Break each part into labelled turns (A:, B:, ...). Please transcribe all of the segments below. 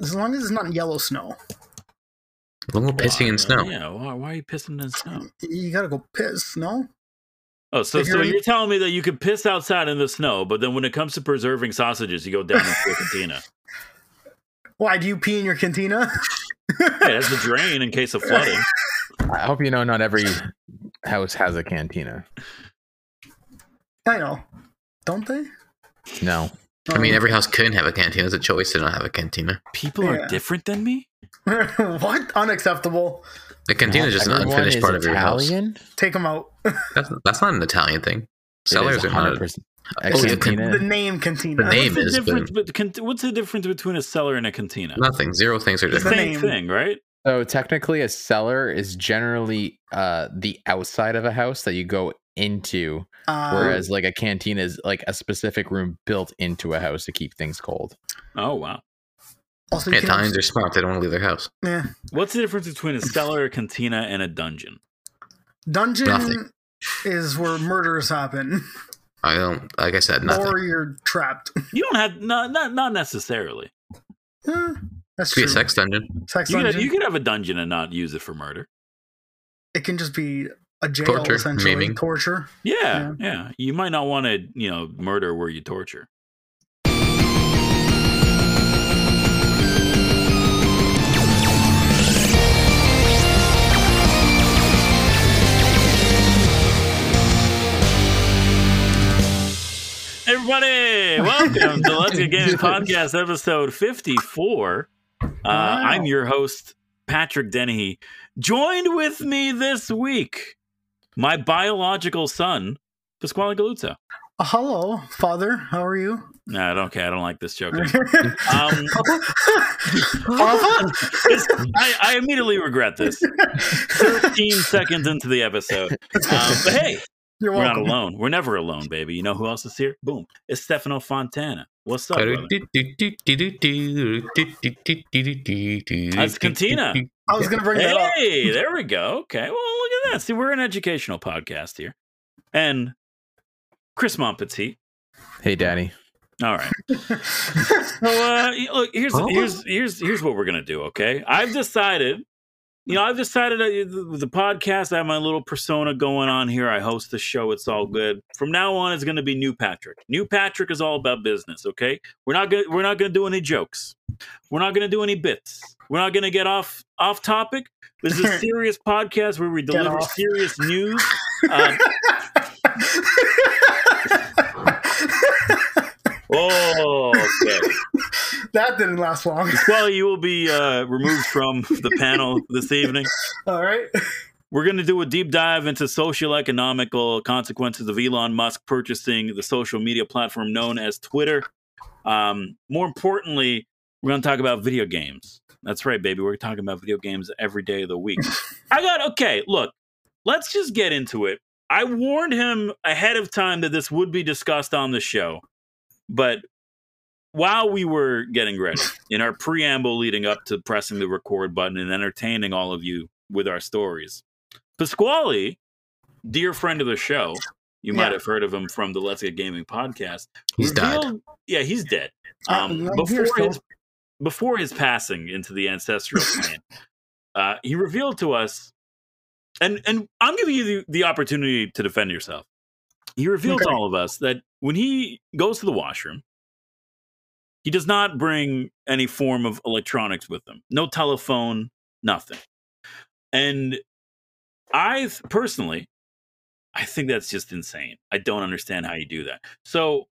A: As long as it's not yellow snow,
B: Well, we're pissing in
C: Why-
B: snow.
C: Yeah, why, why are you pissing in snow?
A: you gotta go piss. No,
C: Oh, so,
A: If
C: so
A: you're-
C: you're telling me that you could piss outside in the snow, but then when it comes to preserving sausages, you go down into the cantina.
A: why do you pee in your cantina?
C: Hey, that's a drain in case of flooding.
D: I hope you know not every house has a cantina.
A: I know, don't they?
D: No.
B: I mean,
A: Um,
B: every house couldn't have a cantina. It's a choice to not have a cantina.
C: People
A: Yeah.
C: are different than me.
A: what unacceptable?
B: The cantina is just an
D: Everyone
B: unfinished
D: is
B: part of your house.
D: Italian?
A: Take them out.
B: That's, that's not an Italian thing.
D: It is
B: Cellars are not. A,
D: 100%
B: oh,
D: a
B: yeah,
A: The
D: cantina.
A: name cantina.
B: The name
C: What's
B: is,
C: the
B: but-
C: difference? But... can- what's the difference between a cellar and a cantina?
B: nothing. Zero things are
C: the
A: It's
B: different.
A: the
C: same
A: name.
C: thing, right?
D: So technically, a cellar is generally uh, the outside of a house that you go into,
A: Uh,
D: whereas like a canteen is like a specific room built into a house to keep things cold.
C: Oh wow.
A: also, you
B: Yeah,
A: can
B: Italians are smart. They don't want to leave their house.
A: yeah.
C: What's the difference between a cellar, a cantina, and a dungeon?
A: dungeon
B: Nothing.
A: is where murders happen,
B: I don't. Like I said, nothing.
A: or you're trapped.
C: You don't have no, not not necessarily.
A: Eh, That's
B: Could
A: true.
B: be a sex dungeon.
A: Sex
C: You could,
A: dungeon.
C: you could have a dungeon and not use it for murder.
A: it can just be a jail,
B: Torture,
A: essentially.
B: maiming.
A: Torture.
C: Yeah, yeah, You might not want to, you know, murder where you torture. Everybody, welcome to Let's Get Gaming Podcast, episode fifty-four. Uh,
A: Wow.
C: I'm your host, Patrick Dennehy. Joined with me this week, my biological son, Pasquale Galuzzo.
A: Uh, hello, father. How are you?
C: No, I don't care. I don't like this joke. anymore.
A: Papa?
C: Um, this- I, I immediately regret this. 15 seconds into the episode. Um, but hey,
A: You're
C: we're not
A: welcome.
C: alone. We're never alone, baby. You know who else is here? Boom. It's Stefano Fontana. What's up,
B: That's
C: brother? Cantina.
A: I was gonna bring that up.
C: Hey, there we go. Okay. Well, look at that. See, we're an educational podcast here. And Chris Montpetit.
D: Hey, Daddy.
C: All right. So uh, y- look, here's
B: Oh.
C: here's here's here's what we're gonna do. Okay, I've decided. You know, I've decided that the, the podcast. I have my little persona going on here. I host the show. It's all good. From now on, it's going to be New Patrick. New Patrick is all about business. Okay, we're not gonna we're not gonna do any jokes. We're not gonna do any bits. We're not gonna get off off topic. This is a serious podcast where we deliver
A: off.
C: serious news. Um, oh, okay.
A: that didn't last long.
C: Well, you will be uh, removed from the panel this evening.
A: All right.
C: We're going to do a deep dive into social economical consequences of Elon Musk purchasing the social media platform known as Twitter. Um, more importantly, we're going to talk about video games. That's right, baby. We're talking about video games every day of the week. I got, okay, look, let's just get into it. I warned him ahead of time that this would be discussed on the show, but while we were getting ready in our preamble leading up to pressing the record button and entertaining all of you with our stories, Pasquale, dear friend of the show, you might
A: Yeah.
C: have heard of him from the Let's Get Gaming podcast.
B: He's died.
C: revealed- Yeah, he's dead.
A: Uh,
C: Um,
A: I'm here
C: before
A: still.
C: his before his passing into the ancestral plane, uh, he revealed to us, and and I'm giving you the, the opportunity to defend yourself. He revealed to
A: Okay.
C: all of us that when he goes to the washroom, he does not bring any form of electronics with him. No telephone, nothing. And I th- personally, I think that's just insane. I don't understand how you do that. So,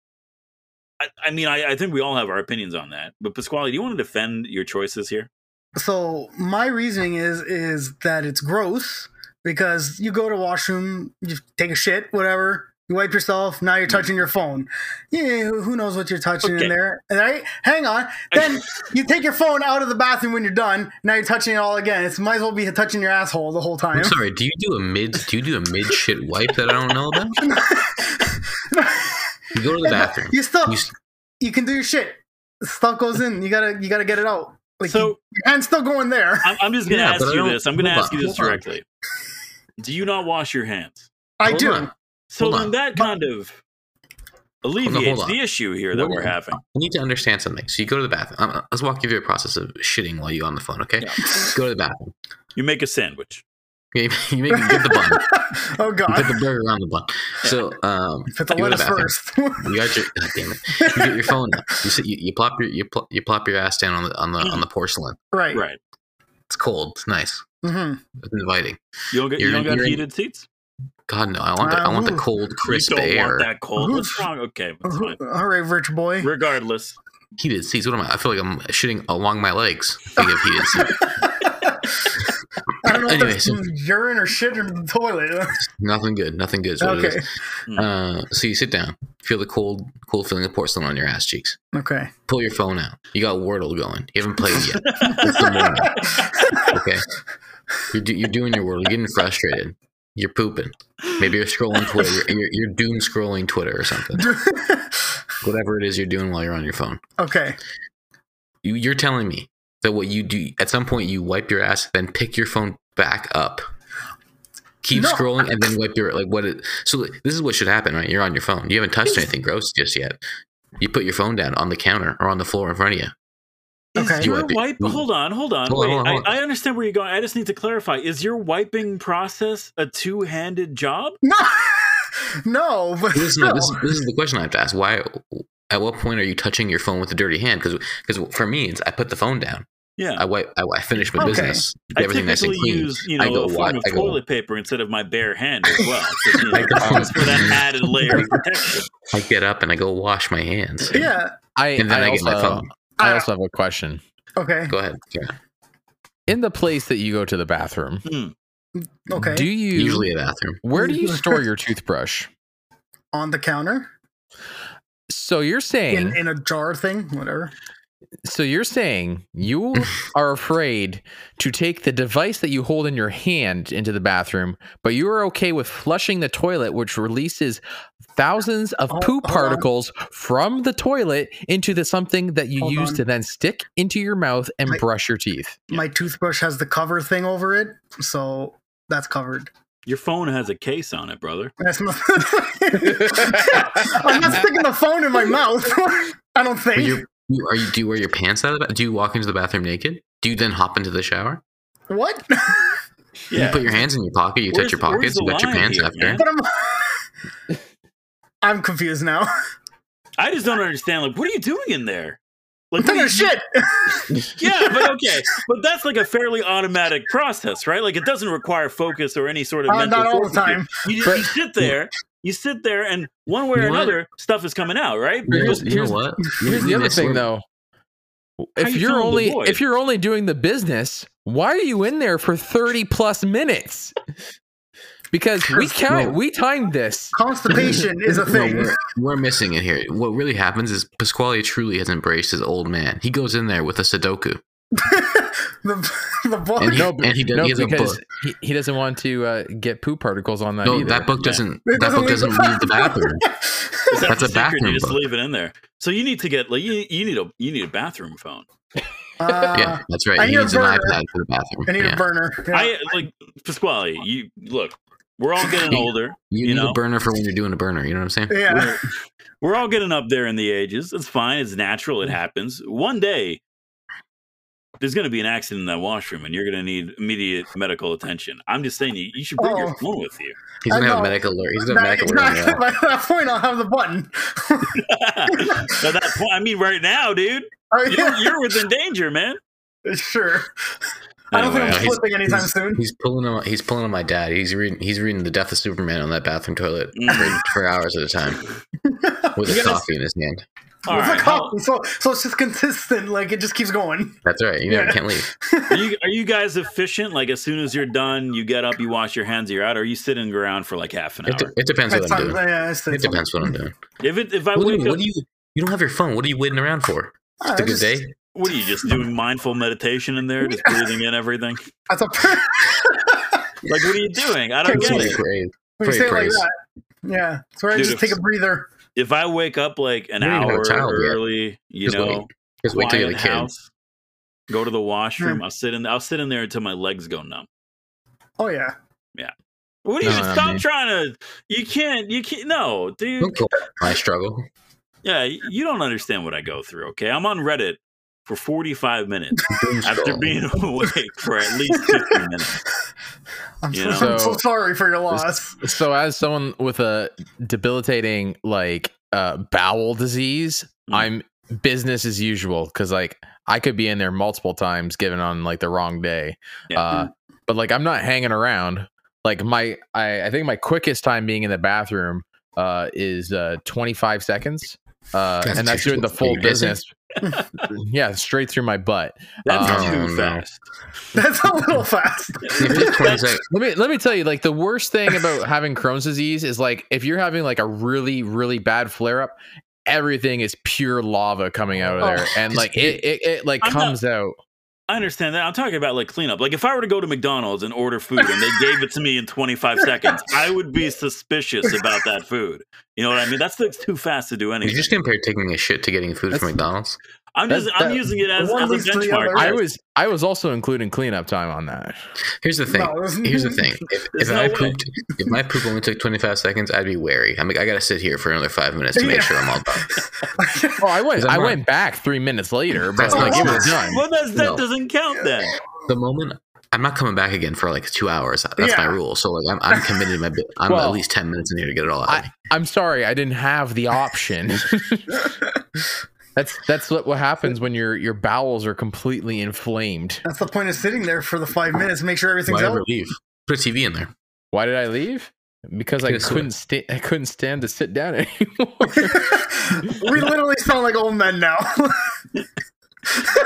C: I, I mean, I, I think we all have our opinions on that. But Pasquale, do you want to defend your choices here?
A: So my reasoning is is that it's gross because you go to washroom, you take a shit, whatever, you wipe yourself. Now you're touching your phone. Yeah, who who knows what you're touching
C: Okay.
A: in there? All right, hang on. Then you take your phone out of the bathroom when you're done. Now you're touching it all again. It's might as well be touching your asshole the whole time.
B: I'm sorry. Do you do a mid? Do you do a mid shit wipe that I don't know about? You go to the bathroom.
A: you still
B: You,
A: you,
B: s-
A: can do your shit. Stuff goes in. You gotta you gotta get it out. Like
C: so,
A: your hand's still going there.
C: I'm, I'm just going to
B: Yeah,
C: ask
B: but I
C: you
B: don't-
C: this. I'm going to
B: hold
C: ask
B: on,
C: you this
B: hold on.
C: directly. Do you not wash your hands?
A: I
B: hold
A: do.
B: on.
C: So
B: Hold
C: then
B: on.
C: that kind of alleviates
B: on.
C: the issue here that
B: What
C: we're
B: is-
C: having.
B: I need to understand something. So you go to the bathroom. Um, let's walk you through a process of shitting while you're on the phone, okay? Go to the bathroom.
C: You make a sandwich.
B: You make- you make get the bun.
A: oh
B: You
A: god.
B: put the burger on the bun. So um,
A: Put the
B: you go to
A: lettuce
B: bathroom.
A: first.
B: You got your God damn it. You get your phone up. You sit. You, you plop your you, pl- you plop your ass down on the on the on the porcelain.
A: right.
C: Right.
B: It's cold. It's nice.
A: hmm
B: It's inviting.
C: You don't get
B: You're
C: you don't
B: in-
C: got
B: you're in-
C: heated seats?
B: God no. I want the, I want the cold crisp
C: you don't
B: air.
C: want that cold. What's
A: Oof.
C: wrong? Okay, that's fine.
A: All right, rich boy.
C: Regardless,
B: Heated seats. What am I? I feel like I'm shitting along my legs. Think of heated seats.
A: I don't know if
B: Anyway,
A: that's
B: so-
A: urine or shit in the toilet.
B: Nothing good. Nothing good. Is what
A: okay.
B: It is. Uh, so you sit down. Feel the cold cold feeling of porcelain on your ass cheeks.
A: Okay.
B: Pull your phone out. You got Wordle going. You haven't played it yet. It's the morning. Okay. You're, do- you're doing your Wordle. You're getting frustrated. You're pooping. Maybe you're scrolling Twitter. You're, you're, you're doom scrolling Twitter or something. Whatever it is you're doing while you're on your phone.
A: okay.
B: You, you're telling me that what you do at some point you wipe your ass, then pick your phone back up. Keep
A: No.
B: scrolling and then wipe your like what it so this is what should happen, right? You're on your phone. You haven't touched anything gross just yet. You put your phone down on the counter or on the floor in front of you.
C: is
A: Okay.
B: You
C: your
B: wipe it.
C: wipe? Hold on, hold on.
B: Hold on,
C: Wait,
B: hold on, hold on.
C: I, I understand where you're going. I just need to clarify: is your wiping process a two-handed job?
A: No. no, but
B: This is, no, this, is,
A: still.
B: this is the question I have to ask. Why? At what point are you touching your phone with a dirty hand? Because for me, it's I put the phone down.
C: Yeah,
B: I wipe. I, I finish my
A: Okay.
B: business.
C: I
B: Everything nice and
C: typically
B: clean.
C: use you
B: I
C: know
B: go
C: a
B: wipe-
C: form of
B: I go-
C: toilet paper instead of my bare hand as well, 'cause, you know,
B: I go-
C: just for that added layer of protection.
B: I get up and I go wash my hands.
A: yeah.
D: I
B: And then I,
D: I
B: get my
D: also-
B: phone.
D: I
A: Uh,
D: also have a question.
A: Okay.
B: Go ahead. Yeah.
D: In the place that you go to the bathroom,
A: Okay.
D: do you
B: Usually a bathroom.
D: where do you store your toothbrush?
A: On the counter
D: So you're saying
A: in, in a jar thing, whatever.
D: so you're saying you are afraid to take the device that you hold in your hand into the bathroom, but you are okay with flushing the toilet which releases thousands of
A: Hold- hold
D: poop
A: on.
D: particles from the toilet into the something that you
A: Hold
D: use
A: on.
D: to then stick into your mouth and
A: Wait.
D: brush your teeth.
A: My toothbrush has the cover thing over it, so that's covered.
C: Your phone has a case on it, brother.
A: That's not- I'm not sticking the phone in my mouth. I don't
B: But
A: think.
B: you're, you, are you? Do you wear your pants out of the? ba- Do you walk into the bathroom naked? Do you then hop into the shower?
A: what?
B: You put your hands in your pocket. You
C: Where's-
B: touch your
C: where's
B: pockets.
C: the
B: You touch your
C: line
B: pants
C: here,
B: after.
C: man?
A: but I'm. I'm confused now.
C: I just don't understand. Like, what are you doing in there? Like,
A: I'm taking a
C: what are you-
A: shit.
C: Yeah, but okay. But that's like a fairly automatic process, right? Like it doesn't require focus or any sort of
A: Uh,
C: mental
A: not all the time.
C: fortitude. You, just, you sit there, you sit there, and one way or
B: You know what?
C: another, stuff is coming out, right?
B: You know-
D: Here's-
B: you know
D: here's-
B: what?
D: Here's the
B: You
D: other
B: miss
D: thing,
B: work.
D: though.
C: How
D: If
C: you
D: you're
C: filling the
D: only
C: void?
D: if you're only doing the business, why are you in there for thirty plus minutes? Because we
A: Because-
B: no.
D: count, we timed this.
A: Constipation is a
B: No,
A: thing.
B: we're, we're missing it here. What really happens is Pasquale truly has embraced his old man. He goes in there with a Sudoku.
A: the the book.
B: And he-
D: No, b-
B: and he does-
D: no,
B: he has a
D: because
B: book.
D: he, he doesn't want to uh, get poop particles on that.
B: no,
D: either.
B: that book
C: Yeah.
B: doesn't.
A: It
B: That
A: doesn't
B: book
A: leave the
B: doesn't leave the bathroom. That's
C: Is that the
B: a
C: secret?
B: bathroom
C: You just
B: book.
C: leave it in there. So you need to get like you, you need a you need a bathroom phone.
A: Uh,
B: yeah, that's right.
A: I
B: he
A: need a
B: needs an
A: burner.
B: iPad for the bathroom.
A: I need
B: Yeah.
A: a burner. Yeah.
C: I like Pasquale. You look, we're all getting
B: You-
C: older.
B: You, need
C: you know?
B: a burner for when you're doing a burner. You know what I'm saying?
A: yeah.
C: We're, we're all getting up there in the ages. It's fine. It's natural. It happens. One day, there's going to be an accident in that washroom, and you're going to need immediate medical attention. I'm just saying, you, you should bring
A: Oh.
C: your phone with you.
B: He's
A: I
B: gonna have a
A: know.
B: medical alert. He's gonna
A: Nah,
B: have a
A: it's
B: medical
A: not-
B: alert.
A: By that point, I'll have the button.
C: At that point, I mean, right now, dude,
A: Oh,
C: you're,
A: yeah,
C: you're within danger, man.
A: sure. I don't think
C: Anyway,
A: I'm
B: he's-
A: flipping anytime soon.
B: He's pulling on. He's pulling on my dad. He's reading. He's reading the Death of Superman on that bathroom toilet
C: Mm.
B: for, for hours at a time with
C: You
B: a
C: gotta-
B: coffee in his hand.
C: all
A: It's a
C: right,
A: cop,
C: well,
A: so, so it's just consistent. Like it just keeps going.
B: That's right. You never
A: Yeah.
B: can't leave.
C: are you, are you guys efficient? Like, as soon as you're done, you get up, you wash your hands, you're out, or are you sitting around for like half an
B: It, de-
C: hour?
B: it depends
A: That
B: what I'm
A: sounds,
B: doing.
A: yeah, it's,
B: It depends what I'm doing.
C: If it, if I
B: What do,
C: wake
B: you,
C: up,
B: what do you? You don't have your phone. What are you waiting around for?
A: Ah,
B: It's a good
A: just-
B: day.
C: what are you just doing? Mindful meditation in there, just breathing in everything.
A: That's a per-
C: Like, what are you doing? I
A: Can't
C: don't get
A: see
C: it.
B: Somebody praise.
A: when you
B: Pray
A: say it like
B: praise.
A: that. Yeah, it's where I
C: Dude,
A: just
C: if-
A: take a breather.
C: if I wake up like an
B: You don't even have
C: hour
B: a child yet.
C: early, you
B: Just
C: know,
B: Just wait till you're
C: quiet
B: the kid.
C: house, go to the washroom.
A: Hmm.
C: I'll sit in. I'll sit in there until my legs go numb.
A: Oh yeah,
C: What do you
D: No, no,
C: stop
D: dude.
C: trying to? You can't. You can't. No, dude.
B: Don't call it my struggle.
C: Yeah, you don't understand what I go through. Okay, I'm on Reddit for 45 minutes
B: Doom
C: after
B: scroll.
C: being awake for at least 50 minutes.
A: I'm, so,
C: Yeah.
A: I'm so
D: So-
A: sorry for your loss.
D: So, as someone with a debilitating like uh, bowel disease,
C: Mm.
D: I'm business as usual because like I could be in there multiple times given on like the wrong day.
C: Yeah.
D: Uh, but like I'm not hanging around. Like my, I, I think my quickest time being in the bathroom uh, is uh, 25 seconds, uh,
B: That's
D: and that's
B: too
D: doing the
B: short.
D: full
B: Are you dissing?
D: business. yeah, straight through my butt.
C: That's
D: Um,
C: too
B: Oh, no.
C: fast.
A: That's a little fast.
B: If it's 20 sec-
D: Let me let me tell you, like the worst thing about having Crohn's disease is like if you're having like a really really bad flare up, everything is pure lava coming out of there, and like it it, it like
C: I'm not-
D: comes out.
C: I understand that. I'm talking about like cleanup. Like if I were to go to McDonald's and order food and they gave it to me in 25 seconds, I would be suspicious about that food. You know what I mean? That's like, too fast to do
B: You
C: anything.
B: just compare taking a shit to getting food from
D: That's-
B: McDonald's.
C: I'm just
D: That's-
C: I'm
D: that-
C: using it as,
A: One
C: as a
A: leads to the
C: benchmark.
A: other.
D: I was I was also including cleanup time on that.
B: Here's the thing.
A: No, there's-
B: Here's the thing. If,
C: There's
B: if
C: no
B: I
C: way.
B: pooped, if my poop only took 25 seconds, I'd be wary. I'm like, I gotta sit here for another five minutes to make
A: Yeah.
B: sure I'm all done.
D: Oh, I went
B: 'Cause I'm
D: I
B: not-
D: went back three minutes later, but
B: That's
D: like
B: not
D: it was
B: true.
D: done.
C: Well, that's, that
B: No.
C: doesn't count then.
B: The moment I'm not coming back again for like two hours. That's
A: Yeah.
B: my rule. So like, I'm, I'm committed. to My bit. I'm
D: Well,
B: at least 10 minutes in here to get it all out.
D: I, I'm sorry, I didn't have the option. that's that's what, what happens when your your bowels are completely inflamed.
A: That's the point of sitting there for the five minutes. Make sure everything's
B: Why
A: out.
B: ever leave? Put a TV in there.
D: Why did I leave? Because I
B: Couldn't sit.
D: couldn't sta- I couldn't stand to sit down anymore.
A: we literally sound like old men now.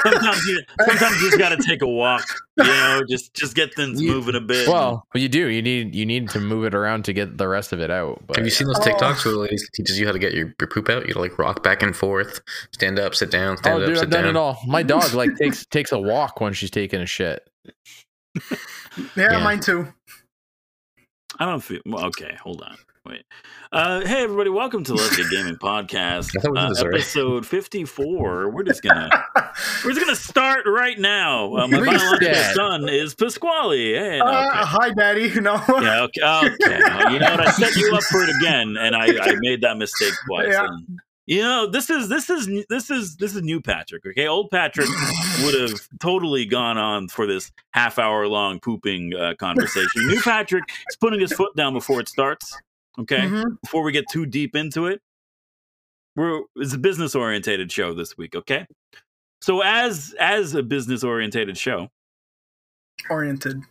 C: Sometimes you sometimes you just got to take a walk. You know, just just get things
B: You-
C: moving a bit.
D: well, you do. You need you need to move it around to get the rest of it out. But
B: Have you seen those
A: Oh.
B: TikToks where the ladies teaches you how to get your, your poop out? You like rock back and forth, stand up, sit down, stand
D: oh,
B: up,
D: dude,
B: sit
D: I've done
B: down.
D: it all. My dog like takes takes a walk when she's taking a shit.
A: yeah,
B: Yeah.
A: mine too.
C: I don't feel well, okay. Hold on, wait. Uh, hey, everybody, welcome to Let's Get Gaming Podcast,
B: I thought we did
C: uh,
B: this already.
C: episode fifty-four. We're just gonna we're just gonna start right now. Uh, my
D: Reset.
C: biological son is Pasquale. Hey, no, okay.
A: Uh, hi, Daddy. You know.
C: yeah, okay, okay. You know what? I set you up for it again, and I, I made that mistake twice.
A: Yeah.
C: And, you know, this is this is this is this is new Patrick. Okay, old Patrick would have totally gone on for this half hour long pooping uh, conversation. New Patrick is putting his foot down before it starts. Okay,
A: Mhm.
C: before we get too deep into it, we're it's a business orientated show this week. Okay, so as as a business orientated show,
A: Oriented.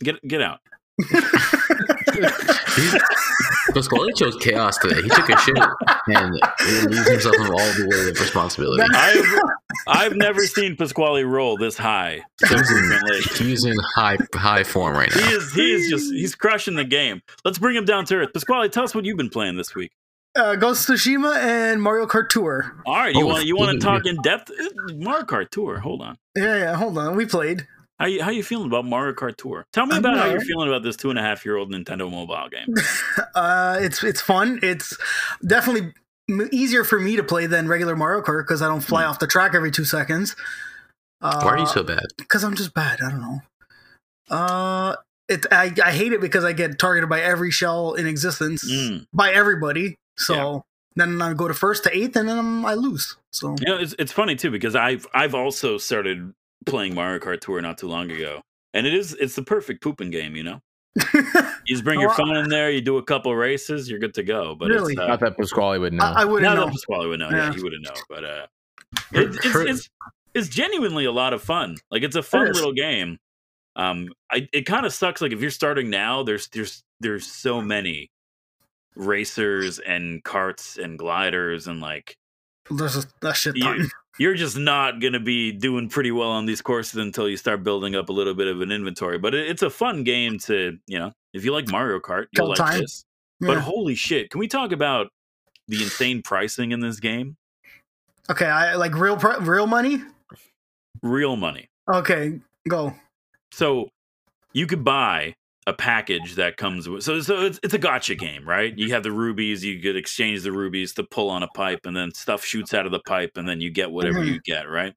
C: get get out.
B: Pasquale chose chaos today. He took a shit and relieves himself of all the weight of responsibility.
C: I've I've never seen Pasquale roll this high so
B: He's in-
C: frequently.
B: He's in high high form right
C: He
B: now.
C: is he is just he's crushing the game. Let's bring him down to earth. Pasquale, tell us what you've been playing this week.
A: Uh, Ghost of Tsushima and Mario Kart Tour.
C: All right, you
B: Oh,
C: want you want
B: yeah.
C: to talk in depth? Eh, Mario Kart Tour. Hold on.
A: Yeah, yeah. Hold on, we played.
C: How you how you feeling about Mario Kart Tour? Tell me
A: I'm
C: about how
A: all
C: you're
A: right.
C: feeling about this two and a half year old Nintendo mobile game.
A: Uh, it's it's fun. It's definitely m- easier for me to play than regular Mario Kart because I don't fly off the track every two seconds. Uh,
B: Why are you so bad?
A: Because I'm just bad. I don't know. Uh, it I, I hate it because I get targeted by every shell in existence
C: Mm.
A: by everybody. So then I go to first to eighth, and then I'm, I lose. So
C: You know, it's it's funny too because I've I've also started playing Mario Kart Tour not too long ago, and it is it's the perfect pooping game. You know, you just bring your
A: Well,
C: phone in there, you do a couple races, you're good to go. But
A: Oh, Really?
C: it's, uh,
D: Not that Pasquale would know.
A: I, I wouldn't
C: No,
A: know.
C: no, Pasquale would know. Yeah,
A: Yeah.
C: he would know. But uh, it, it's, it's it's genuinely a lot of fun. Like it's a fun
A: is.
C: little game. Um, I it kind of sucks. Like if you're starting now, there's there's there's so many racers and carts and gliders and like
A: There's a, a shit
C: you-
A: ton.
C: you're just not going to be doing pretty well on these courses until you start building up a little bit of an inventory but it, it's a fun game to you know if you like mario kart
A: Couple
C: you'll like
A: times.
C: this but
A: Yeah.
C: holy shit can we talk about the insane pricing in this game
A: Okay, I like real pri real money.
C: real money
A: Okay, go.
C: so you could buy a package that comes with so so it's, it's a gotcha game right you have the rubies you could exchange the rubies to pull on a pipe and then stuff shoots out of the pipe and then you get whatever
A: Mhm.
B: Mm-hmm.
C: you get right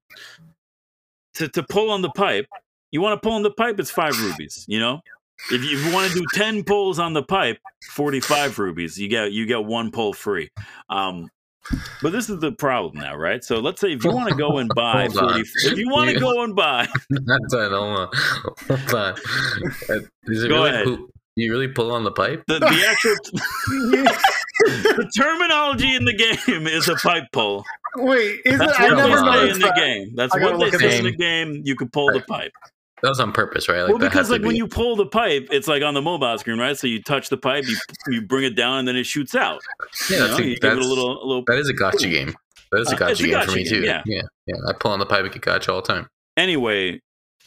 C: to, to pull on the pipe you want to pull on the pipe it's five rubies you know If you, want to do ten pulls on the pipe, forty-five rubies. You get you get one pull free. Um, but this is the problem now, right? So let's say if you want to go and buy
B: Hold on.
C: forty, if you want to
B: You-
C: go and buy,
B: Not done. Hold on. Hold on. uh, Is it
C: Go
B: really
C: ahead.
B: poop? You really pull on the pipe?
C: the, the actual the terminology in the game is a pipe pull.
A: Wait, is it?
C: That's
A: I
C: what
A: never
B: on.
C: they say in
A: noticed
C: the
A: that.
C: game. That's
A: I gotta
C: what they
A: look at
C: say in
B: this.
C: the game. You can pull the pipe.
B: That was on purpose, right? Like,
C: well,
B: that
C: because
B: has to
C: like when
B: be-
C: you pull the pipe, it's like on the mobile screen, right? So you touch the pipe, you you bring it down, and then it shoots out.
B: yeah,
C: you
B: that's,
C: know? You
B: a,
C: give it
B: that's,
C: a little, a little.
B: that is a gotcha game. That is a
C: Uh,
B: gotcha
C: it's a
B: game
C: gotcha
B: for me
C: game,
B: too.
C: yeah.
B: yeah, yeah. I pull on the pipe and get gotcha all the time.
C: Anyway,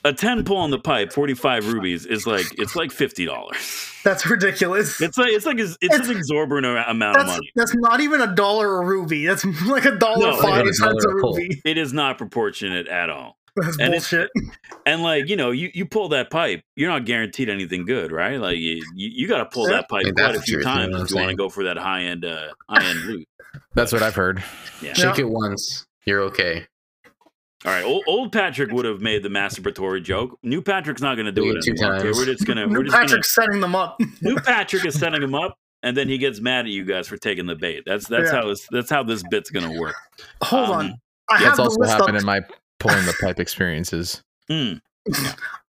C: a ten pull on the pipe, forty five rubies is like it's like fifty dollars.
A: That's ridiculous.
C: It's like it's like it's, it's, an exorbitant ar- amount of
A: That's
C: money.
A: that's not even a dollar a ruby. That's like a dollar
C: No, it's
A: five
B: like a
A: cents a
B: dollar a pull.
A: ruby.
C: It is not proportionate at all.
A: That's
C: And it's-
A: bullshit.
C: And like you know, you, you pull that pipe, you're not guaranteed anything good, right? Like you you, you got to pull that pipe
B: Yeah, that's
C: quite a
B: the
C: few
B: truth, you know
C: times
B: what I'm
C: if you want to
B: saying?
C: go for that high end uh, high end loot.
D: That's what I've heard.
C: Yeah.
B: Shake it once, you're okay.
C: All right, old, old Patrick would have made the masturbatory joke. New Patrick's not going to do
B: Do it
C: it
B: two
C: anymore. okay?
B: times.
C: We're just going to we're just going to
A: Patrick's setting them up.
C: New Patrick is setting him up, and then he gets mad at you guys for taking the bait. That's that's
A: Yeah.
C: how this, that's how this bit's going to work.
A: Hold
C: Um,
A: on. I have
D: That's
A: the
D: also
A: list up.
D: happened in my pulling the pipe experiences.
C: Mm,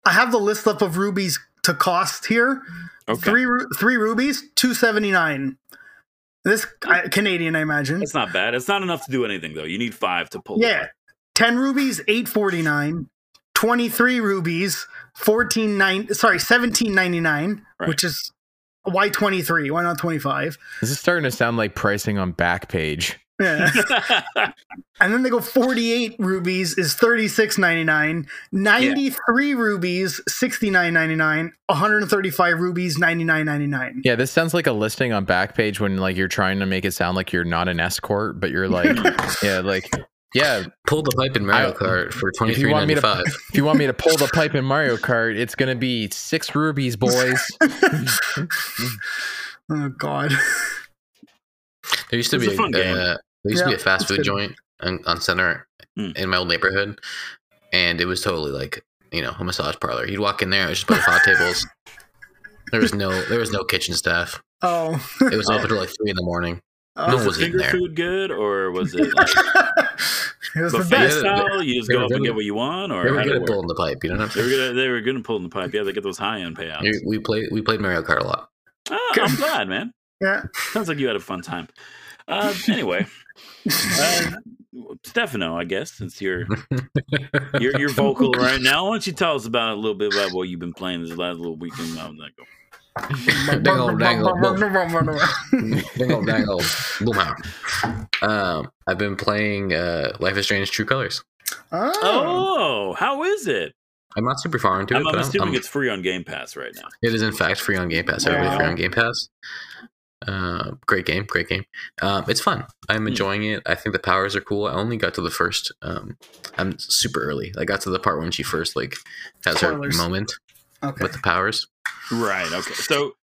A: I have the list up of rubies to cost here.
C: okay,
A: Three ru- three rubies, two seventy nine. This I, Canadian, I imagine.
C: it's not bad. It's not enough to do anything though. You need five to pull.
A: Yeah, ten rubies, eight forty nine. Twenty three rubies, fourteen nine. Sorry, seventeen ninety nine,
C: Right.
A: which is why twenty three? Why not twenty five?
D: This is starting to sound like pricing on Backpage.
A: Yeah.
C: it.
A: And then they go 48 rubies is 36.99, 93 rubies 69.99, 135 rubies 99.99.
D: Yeah, this sounds like a listing on Backpage when like you're trying to make it sound like you're not an escort, but you're like, yeah, like, yeah.
B: Pull the pipe in Mario
D: I-
B: Kart for twenty
D: If you
B: three
D: want me
B: ninety
D: to,
B: five.
D: if you want me to pull the pipe in Mario Kart, it's gonna be six rubies, boys.
A: Oh god.
B: There used to
C: It's
B: be
C: a
B: a,
C: fun game.
B: Uh, there used to
A: Yeah,
B: be a fast
A: it's
B: food
A: good.
B: joint on, on center
C: Mm.
B: in my old neighborhood, and it was totally like you know a massage parlor. You'd walk in there, it was just a bunch of hot tables. There was no there was no kitchen staff.
A: Oh.
B: It was open till like three in the morning. No one was in
C: Finger
B: there.
C: food good, or was it like
A: it was the
C: buffet
A: best.
C: style? You just
B: They
C: go
B: were
C: up and
B: good
C: get
B: at-
C: what you want, or
B: They were
C: how did
B: good
C: it
B: at
C: work?
B: pulling the pipe. You know what
C: They were
B: I'm
C: good. At, they were good at pulling the pipe. Yeah, they get those high end payouts.
B: saying? We played we played Mario Kart a lot.
C: Ah,
A: Okay.
C: I'm glad, man.
A: Yeah.
C: Sounds like you had a fun time. Uh, anyway, uh, Stefano, I guess since you're you're, you're vocal right now, why don't you tell us about a little bit about what you've been playing this last little weekend? I'm like,
B: Big old dangle. Boom. Big old dangle. Boom. Um, I've been playing uh, Life is Strange: True Colors.
A: oh.
C: oh, how is it?
B: I'm not super far into it,
C: I'm,
B: but
C: I'm
B: I'm-
C: assuming
B: I'm-
C: it's free on Game Pass right now.
B: It is in fact free on Game Pass. Everybody's free on Game Pass. Uh, great game, great game. Um, it's fun. I'm
C: Hmm.
B: enjoying it. I think the powers are cool. I only got to the first. Um, I'm super early. I got to the part when she first like has
A: Spoilers.
B: her moment
A: Okay.
B: with the powers.
C: Right. Okay. So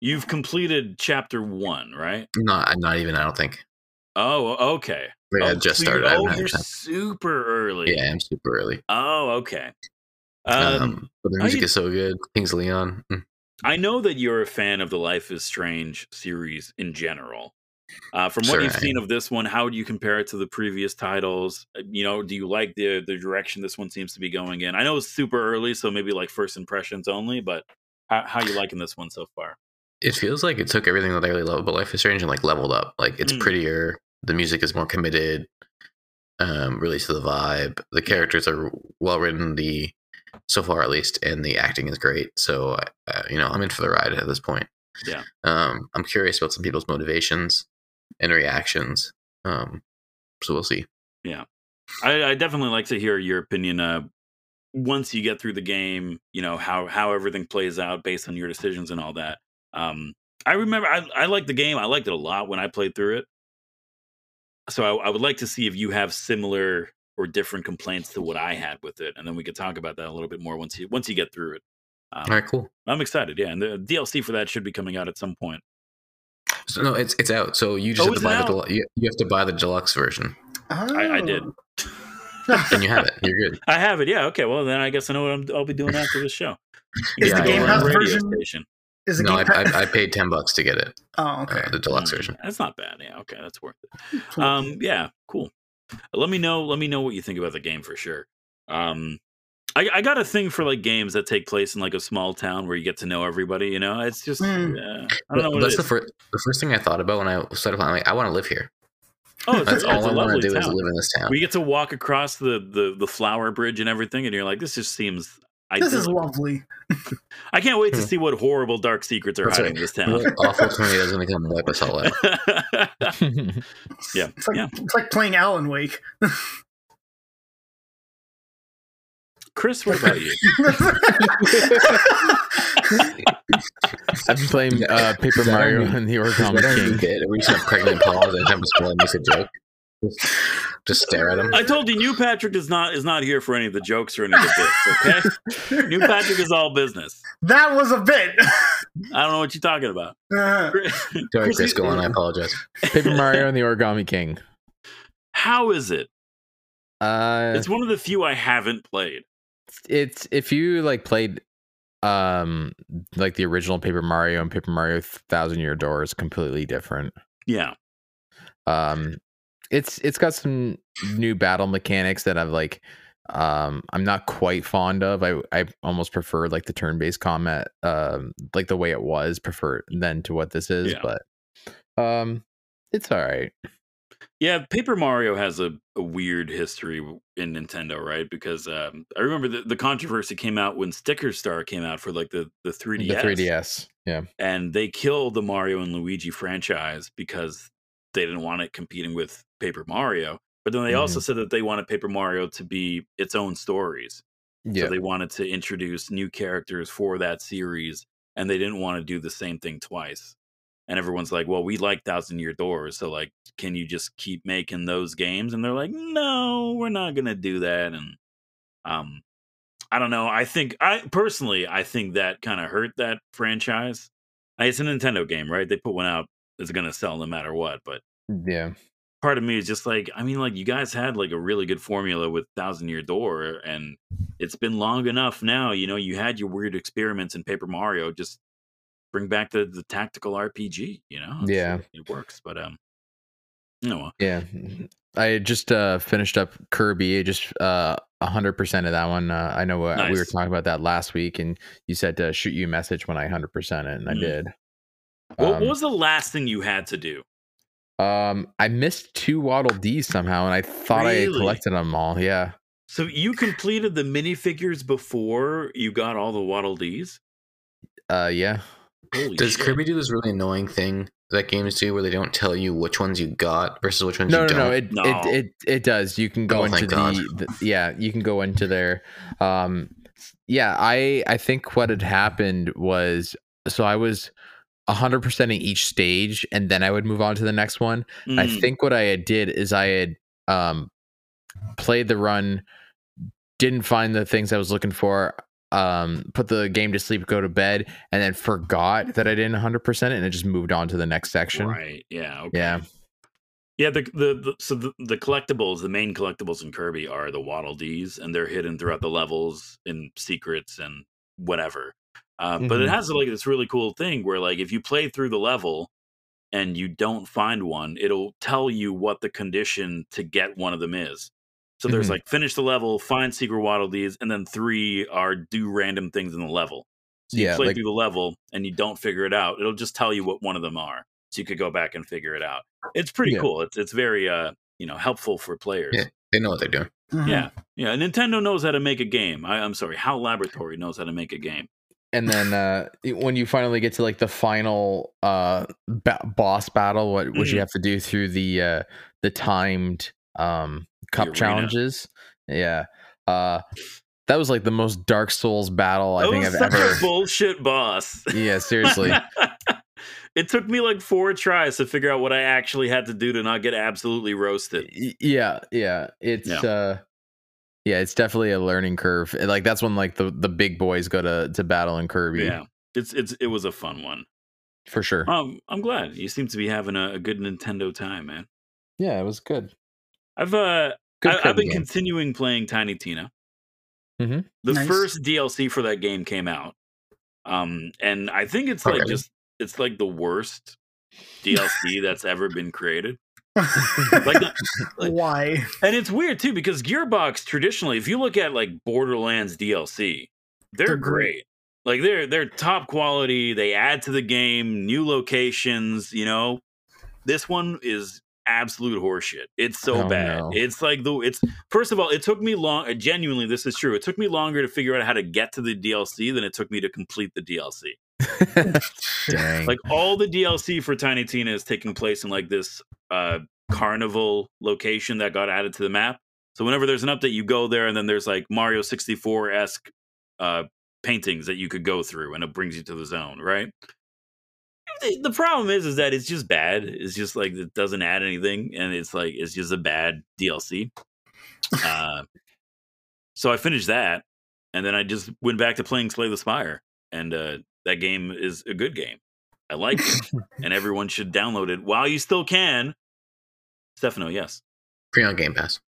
C: you've completed chapter one, right?
B: Not, I'm not even. I don't think.
C: Oh, okay.
B: Like, I
C: Oh,
B: just
C: so
B: started.
C: You're,
B: I'm
C: oh,
B: not
C: you're
B: even-
C: super early.
B: yeah, I'm super early.
C: Oh, okay.
B: Um,
C: um,
B: but the
C: are
B: music
C: you-
B: is so good. Kings of Leon. Mm.
C: I know that you're a fan of the Life is Strange series in general. Uh, from what
B: Sure
C: you've
B: I am.
C: seen of this one, how do you compare it to the previous titles? Uh, You know, do you like the the direction this one seems to be going in? I know it's super early, so maybe like first impressions only, but how how you liking this one so far?
B: It feels like it took everything that I really love about Life is Strange and like leveled up. Like it's
C: Mm.
B: prettier. The music is more committed. Um, really to the vibe. The characters are well written. The so far at least, and the acting is great. So uh, you know, I'm in for the ride at this point.
C: Yeah.
B: Um, I'm curious about some people's motivations and reactions. Um, so we'll see.
C: I, I definitely like to hear your opinion. Uh, once you get through the game, you know how how everything plays out based on your decisions and all that. Um, I remember I I liked the game. I liked it a lot when I played through it. So I, I would like to see if you have similar or different complaints to what I had with it, and then we could talk about that a little bit more once you once you get through it. Um,
B: All right, cool.
C: I'm excited, yeah, and the DLC for that should be coming out at some point.
B: So no, it's it's out. So you just
C: Oh,
B: have
C: is
B: to
C: it
B: buy the
C: out?
B: del- you, you have to buy the deluxe version,
A: Oh.
C: I- I did.
B: and you have it. You're good.
C: I have it, yeah. Okay, well then I guess I know what I'm, I'll be doing after this show.
A: Is
B: Yeah,
A: the Game
B: yeah.
A: Pass
C: Radio
A: version?
C: station.
A: Is the
B: No, I,
A: Game Pass?
B: I, I paid ten bucks to get it,
A: oh, okay.
B: uh, the deluxe version.
C: Mm, That's not bad. Yeah, okay, that's worth it. Um, yeah, cool. Let me know. Let me know what you think about the game for sure. Um, I, I got a thing for like games that take place in like a small town where you get to know everybody. You know, it's just
A: Mm.
C: uh, I don't know what
B: Hmm.
C: it
B: That's
C: is.
B: the first. The first thing I thought about when I started playing, like, I want to live here.
C: oh, it's,
B: That's
C: it's
B: all
C: a
B: I want
C: lovely
B: to do is
C: town.
B: live in this town.
C: We get to walk across the the the flower bridge and everything, and you're like, this just seems.
A: this is
C: idyllic.
A: lovely.
C: I can't wait to
B: Hmm.
C: see what horrible dark secrets are
B: That's right.
C: hiding in this
B: What
C: town.
B: awful tornado's gonna come and wipe us all out.
A: It's like
C: Yeah.
A: it's like playing Alan Wake.
C: Chris, what about you?
D: I'm playing uh, Paper
B: That
D: Mario
B: only-
D: and the
B: Tom
D: Origami
B: King
D: King.
B: did. We just have pregnant pause and jump school and make a joke. Just, just stare at him.
C: I told you, New Patrick is not is not here for any of the jokes or any of the bits. Okay, New Patrick is all business.
A: that was a bit.
C: I don't know what you're talking about.
A: Uh,
B: Sorry,
C: Chris,
B: Chris, go
C: you-
B: on. I apologize.
D: Paper Mario and the Origami King.
C: How is it?
D: Uh,
C: It's one of the few I haven't played.
D: it's if you like played um like the original Paper Mario and Paper Mario Thousand Year Door is completely different.
C: Yeah,
D: Um, it's it's got some new battle mechanics that I've like um I'm not quite fond of. I I almost prefer like the turn based combat um like the way it was prefer than to what this is,
C: Yeah.
D: but um it's all right.
C: yeah. Paper Mario has a, a weird history in Nintendo, right? Because um, I remember the, the controversy came out when Sticker Star came out for like the the 3DS,
D: The 3DS. Yeah.
C: and they killed the Mario and Luigi franchise because they didn't want it competing with Paper Mario. But then they also said that they wanted Paper Mario to be its own stories.
D: Yeah.
C: So they wanted to introduce new characters for that series, and they didn't want to do the same thing twice. And everyone's like, "Well, we like Thousand Year Doors, so like, can you just keep making those games?" And they're like, "No, we're not gonna do that." And um, I don't know. I think I personally, I think that kind of hurt that franchise. Uh, It's a Nintendo game, right? They put one out that's gonna sell no matter what, but
D: yeah.
C: part of me is just like i mean like you guys had like a really good formula with thousand year door and it's been long enough now you know you had your weird experiments in paper mario just bring back the the tactical rpg you know It's-
D: Yeah.
C: it works but um you know
D: Yeah. I just uh finished up Kirby. I Just uh 100% of that one. Uh, I know uh, we were
C: Nice.
D: talking about that last week and you said to shoot you a message when I 100% it and I
C: Mm.
D: did.
C: what,
D: Um,
C: what was the last thing you had to do
D: Um, I missed two Waddle D's somehow, and I thought I
C: Really?
D: collected them all. Yeah,
C: so you completed the minifigures before you got all the waddle dees
D: uh, yeah,
C: Holy
B: Does
C: shit.
B: Kirby do this really annoying thing that games do where they don't tell you which ones you got versus which ones
D: no,
B: you don't?
D: no, no, it,
C: No.
D: it it it does. You can go
B: Oh,
D: into
B: thank
D: the,
B: God.
D: the- yeah, you can go into there. Um, yeah, I I think what had happened was so I was. 100% in each stage and then I would move on to the next one. I
C: Mm,
D: think what I had did is I had um played the run, didn't find the things I was looking for, um, put the game to sleep, go to bed, and then forgot that I didn't 100 percent it, and it just moved on to the next section.
C: right yeah okay.
D: Yeah,
C: Yeah, the the, the so the, the collectibles, the main collectibles in Kirby are the Waddle Dees, and they're hidden throughout the levels in secrets and whatever. Uh, But it
D: Mhm.
C: has like this really cool thing where like if you play through the level and you don't find one, it'll tell you what the condition to get one of them is. So there's
D: Mhm.
C: like finish the level, find secret Waddle Dees, and then three are do random things in the level. So you
D: Yeah,
C: play
D: like-
C: through the level and you don't figure it out, it'll just tell you what one of them are. So you could go back and figure it out. It's pretty
D: Yeah. Mm-hmm.
C: cool. It's it's very uh you know helpful for players. Yeah.
B: They know what they're doing.
A: mhm.
C: Yeah. Nintendo knows how to make a game. I, I'm sorry, How Laboratory knows how to make a game.
D: and then uh when you finally get to like the final uh ba- boss battle, what what you
C: Mhm.
D: have to do through the uh the timed um cup
C: arena.
D: challenges. Yeah, uh, that was like the most Dark Souls battle I
C: That
D: think
C: was
D: I've
C: Oh, such
D: ever.
C: a bullshit boss.
D: Yeah, seriously.
C: it took me like four tries to figure out what I actually had to do to not get absolutely roasted.
D: Y- yeah yeah it's
C: Yeah.
D: uh yeah it's definitely a learning curve And, like that's when like the the big boys go to to battle in kirby
C: Yeah. It's it's it was a fun one.
D: for sure
C: Um, I'm glad you seem to be having a, a good Nintendo time, man.
D: yeah it was good
C: I've uh
D: good
C: I, I've
D: Kirby
C: been
D: game.
C: continuing playing Tiny Tina.
D: Mhm.
C: The
A: Nice.
C: first DLC for that game came out, Um, and I think it's like
B: Okay.
C: just it's like the worst DLC that's ever been created. Like,
A: Like,
C: the- like-
A: Why?
C: and it's weird too because Gearbox traditionally, if you look at like Borderlands DLC, they're,
A: They're
C: great.
A: great.
C: Like they're they're top quality. They add to the game, new locations. You know, this one is absolute horseshit. It's so
D: Oh,
C: bad.
D: no.
C: It's like the it's first of all, it took me long. uh, Genuinely, this is true. It took me longer to figure out how to get to the DLC than it took me to complete the DLC.
D: Dang.
C: Like all the DLC for Tiny Tina is taking place in like this uh carnival location that got added to the map. So whenever there's an update, you go there, and then there's like Mario 64 esque uh, paintings that you could go through, and it brings you to the zone, right? The- The problem is, is that it's just bad. It's just like it doesn't add anything, and it's like it's just a bad DLC. Uh, so I finished that, and then I just went back to playing Slay the Spire, and uh, that game is a good game. I like it, and everyone should download it while you still can. Stefano, yes.
B: Free on Game Pass.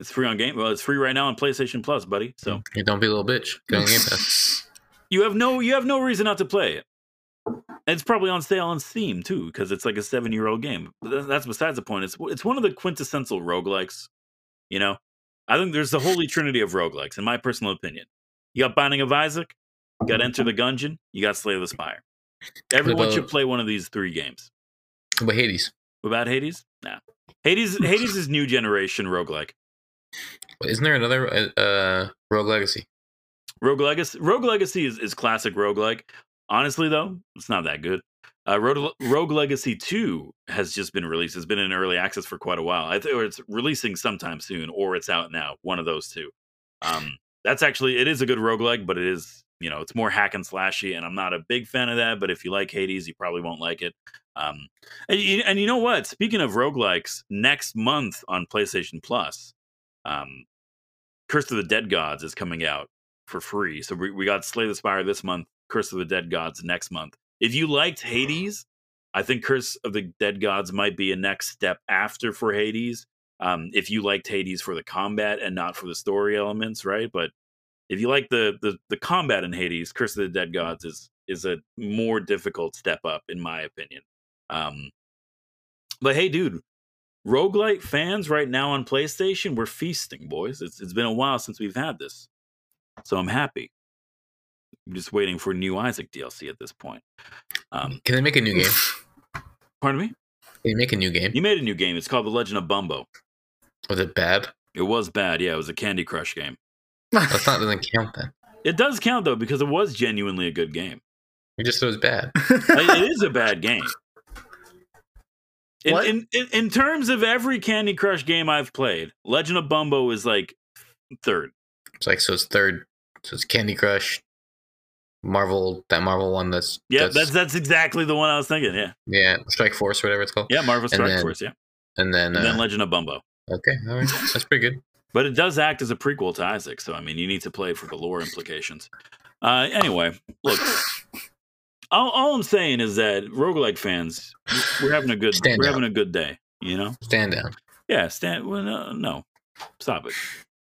C: It's free on game. Well, it's free right now on PlayStation Plus, buddy. So
B: Yeah, don't be a little bitch. Get on Game Pass.
C: you have no you have no reason not to play it. And it's probably on sale on Steam too, because it's like a seven year old game. But tha- that's besides the point. It's it's one of the quintessential roguelikes. You know, I think there's the holy trinity of roguelikes, in my personal opinion. You got Binding of Isaac, you got Enter the Gungeon, you got Slay the Spire. Everyone
B: about-
C: should play one of these three games.
B: But Hades,
C: What about Hades? Nah. Hades Hades is new generation roguelike.
B: isn't there another uh, uh, Rogue Legacy?
C: Rogue Legacy. Rogue Legacy is, is classic roguelike. Honestly, though, it's not that good. Uh, Rogue, Rogue Legacy 2 has just been released. It's been in early access for quite a while. I think or it's releasing sometime soon, or it's out now. One of those two. Um, that's actually it is a good roguelike, but it is you know it's more hack and slashy, and I'm not a big fan of that. But if you like Hades, you probably won't like it. Um, and, you- and you know what? Speaking of roguelikes, next month on PlayStation Plus, um, Curse of the Dead Gods is coming out for free. So we, we got Slay the Spire this month, Curse of the Dead Gods next month. If you liked Hades, I think Curse of the Dead Gods might be a next step after for Hades. Um, if you liked Hades for the combat and not for the story elements, right? But if you like the the, the combat in Hades, Curse of the Dead Gods is is a more difficult step up, in my opinion. Um, but hey, dude, roguelite fans right now on PlayStation, we're feasting, boys. It's it's been a while since we've had this. So I'm happy. I'm just waiting for new Isaac DLC at this point. Um,
B: Can they make a new game?
C: pardon me?
B: Can they make a new game?
C: You made a new game. It's called The Legend of Bumbo.
B: Was it bad?
C: It was bad. Yeah, it was a Candy Crush game.
B: That's not doesn't count then.
C: It does count, though, because it was genuinely a good game.
B: You just said it was bad.
C: Like, it is a bad game. In,
A: What?
C: in, in, in terms of every Candy Crush game I've played, Legend of Bumbo is like third.
B: It's like so it's third. So it's Candy Crush, Marvel that Marvel one. That's
C: Yeah, that's, that's exactly the one I was thinking. Yeah,
B: yeah Strike Force whatever it's called.
C: yeah, Marvel
B: And
C: Strike
B: then-
C: Force. Yeah,
B: And then,
C: and then
B: uh,
C: Legend of Bumbo.
B: okay, all right, that's pretty good.
C: But it does act as a prequel to Isaac, so I mean, you need to play it for the lore implications. Uh, anyway, look, all, all I'm saying is that roguelike fans, we're having a good,
B: Stand
C: we're
B: out.
C: having a good day. You know,
B: Stand down.
C: yeah. Stand, well, no, no, stop it.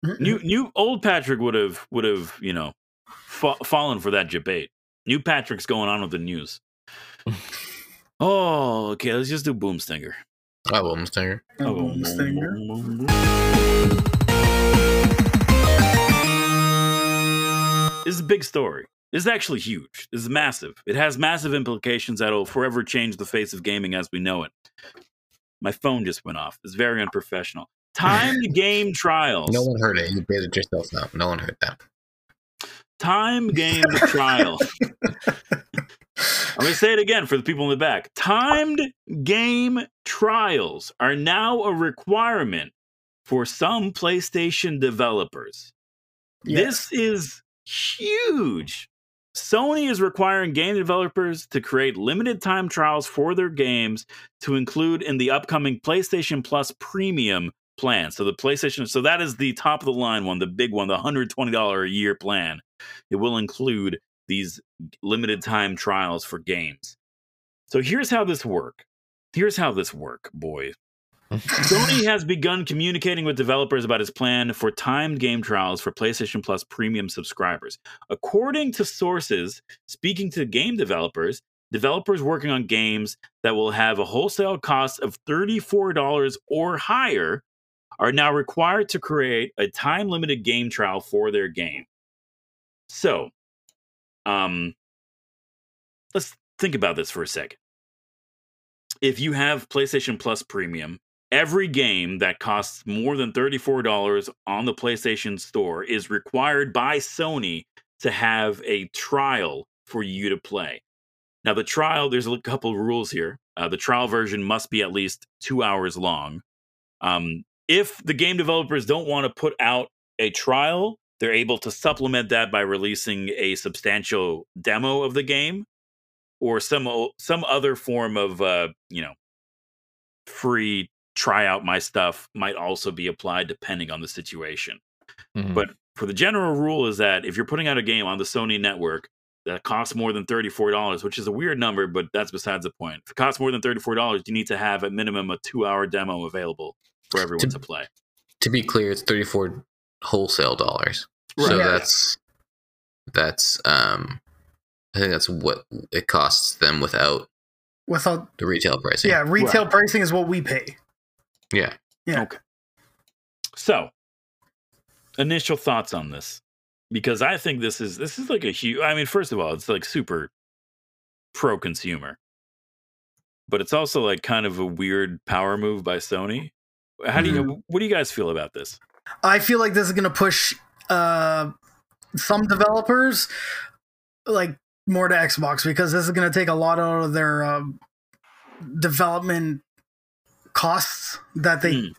C: New, new, old Patrick would have, would have, you know, fa- fallen for that debate. New Patrick's going on with the news. Oh, okay. Let's just do Boomstinger.
B: Oh, well, Mustanger.
A: Oh, Stinger.
C: This is a big story. This is actually huge. This is massive. It has massive implications that'll forever change the face of gaming as we know it. My phone just went off. It's very unprofessional. Time to game trials.
B: No one heard it. You made it yourself now. No one heard that.
C: Time game trial. I'm going to say it again for the people in the back. Timed game trials are now a requirement for some PlayStation developers. This is huge. Sony is requiring game developers to create limited time trials for their games to include in the upcoming PlayStation Plus Premium plan. So the PlayStation, so that is the top of the line one, the big one, the $120 a year plan. It will include these limited time trials for games. So here's how this work. Here's how this work, boy. Sony has begun communicating with developers about its plan for timed game trials for PlayStation Plus premium subscribers. According to sources speaking to game developers, developers working on games that will have a wholesale cost of $34 or higher are now required to create a time limited game trial for their game. So, um, let's think about this for a second. If you have PlayStation Plus Premium, every game that costs more than $34 on the PlayStation Store is required by Sony to have a trial for you to play. Now, the trial, there's a couple of rules here. Uh, the trial version must be at least two hours long. Um, if the game developers don't want to put out a trial, they're able to supplement that by releasing a substantial demo of the game or some o- some other form of uh, you know free try out my stuff might also be applied depending on the situation.
D: Mhm.
C: But for the general rule is that if you're putting out a game on the Sony network that costs more than $34, which is a weird number, but that's besides the point. If it costs more than $34, you need to have at minimum a two hour demo available for everyone to play.
B: To be clear, it's thirty four wholesale dollars.
A: Right.
B: So
A: Yeah.
B: that's that's um I think that's what it costs them without
A: Without
B: the retail pricing.
A: yeah, retail
C: Right.
A: pricing is what we pay.
B: Yeah.
C: So, initial thoughts on this, because I think this is this is like a huge. I mean, first of all, it's like super pro consumer, but it's also like kind of a weird power move by Sony. How do you? What do you guys feel about this?
A: I feel like this is going to push uh, some developers like more to Xbox because this is going to take a lot out of their um, development costs that they
C: Mm.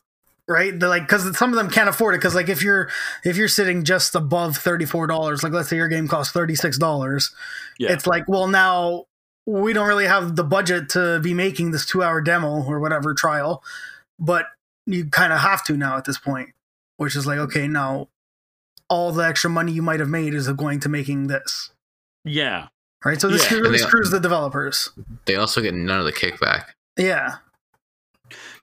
A: right They're like because some of them can't afford it because like if you're if you're sitting just above $34 like let's say your game costs $36
C: Yeah.
A: it's like well now we don't really have the budget to be making this two hour demo or whatever trial but you kind of have to now at this point which is like okay now all the extra money you might have made is going to making this
C: Yeah,
A: right so this
C: Yeah.
A: really
B: And they-
A: screws the developers
B: They also get none of the kickback.
A: yeah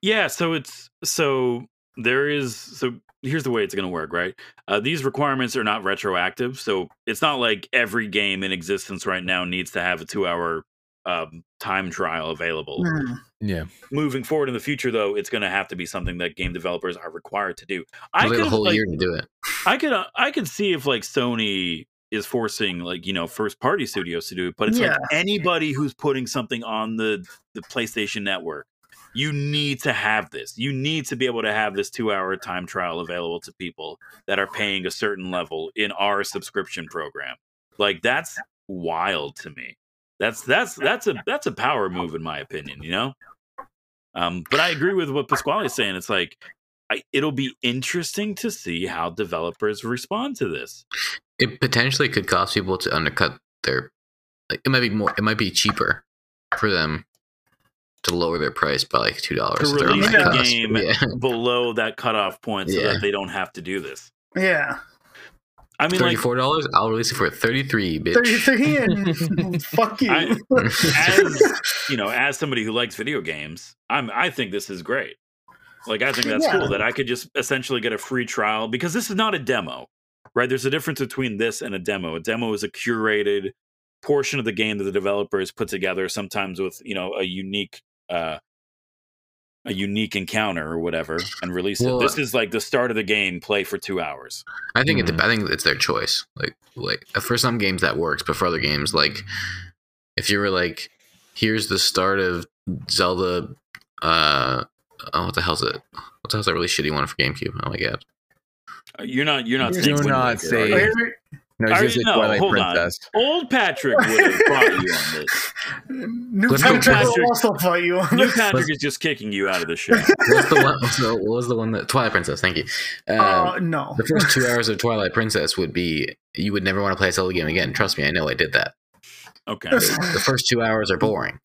C: yeah. So it's so there is so here's the way it's going to work, right? Uh, these requirements are not retroactive, so it's not like every game in existence right now needs to have a two-hour um, time trial available.
A: Mm.
D: Yeah.
C: moving forward in the future though it's going to have to be something that game developers are required to do
B: They
C: i
B: get
C: could
B: a whole
C: like,
B: year to do it.
C: i could uh, i could see if like sony is forcing like you know first party studios to do it but it's
A: Yeah.
C: like anybody who's putting something on the the playstation network you need to have this you need to be able to have this two hour time trial available to people that are paying a certain level in our subscription program like that's wild to me that's that's that's a that's a power move in my opinion you know um but i agree with what pasquale is saying it's like I, it'll be interesting to see how developers respond to this
B: It potentially could cost people to undercut their like it might be more it might be cheaper for them to lower their price by like two dollars.
C: to release
A: the
C: the game
B: Yeah.
C: below that cutoff point so
B: Yeah.
C: that they don't have to do this
A: yeah
C: i mean
B: Thirty
C: like
B: four dollars, I'll release it for thirty three, bitch.
A: 33 and fuck you
C: I- as you know as somebody who likes video games i'm i think this is great like i think that's
A: Yeah.
C: cool that i could just essentially get a free trial because this is not a demo right there's a difference between this and a demo a demo is a curated portion of the game that the developers put together sometimes with you know a unique uh a unique encounter or whatever and release
B: Well,
C: it this is like the start of the game play for two hours
B: I think it.
D: Mhm.
B: dep- I think it's their choice. Like, like for some games that works, but for other games, like if you were like, here's the start of Zelda. Uh, oh, what the hell's it? What the hell's that really shitty one for GameCube? Oh my god,
C: Uh, you're not you're not
A: Do
C: saying Wind
D: not
C: Waker, are
D: say-
C: you?
D: No,
C: Are
D: he's gonna
C: you-
D: say
C: no,
D: Twilight
C: hold on.
D: Princess.
C: old patrick would have brought you on this
A: new
B: Good
A: Patrick
C: for Patrick.
A: will also fight you
C: New Patrick is just kicking you out of the show.
B: what's the one? what's the- what was the one that Twilight Princess? Thank you. Uh,
C: Oh,
A: uh, no
B: the first two hours of Twilight Princess would be you would never want to play a Zelda game again. Trust me, I know I did that.
C: Okay.
B: The first two hours are boring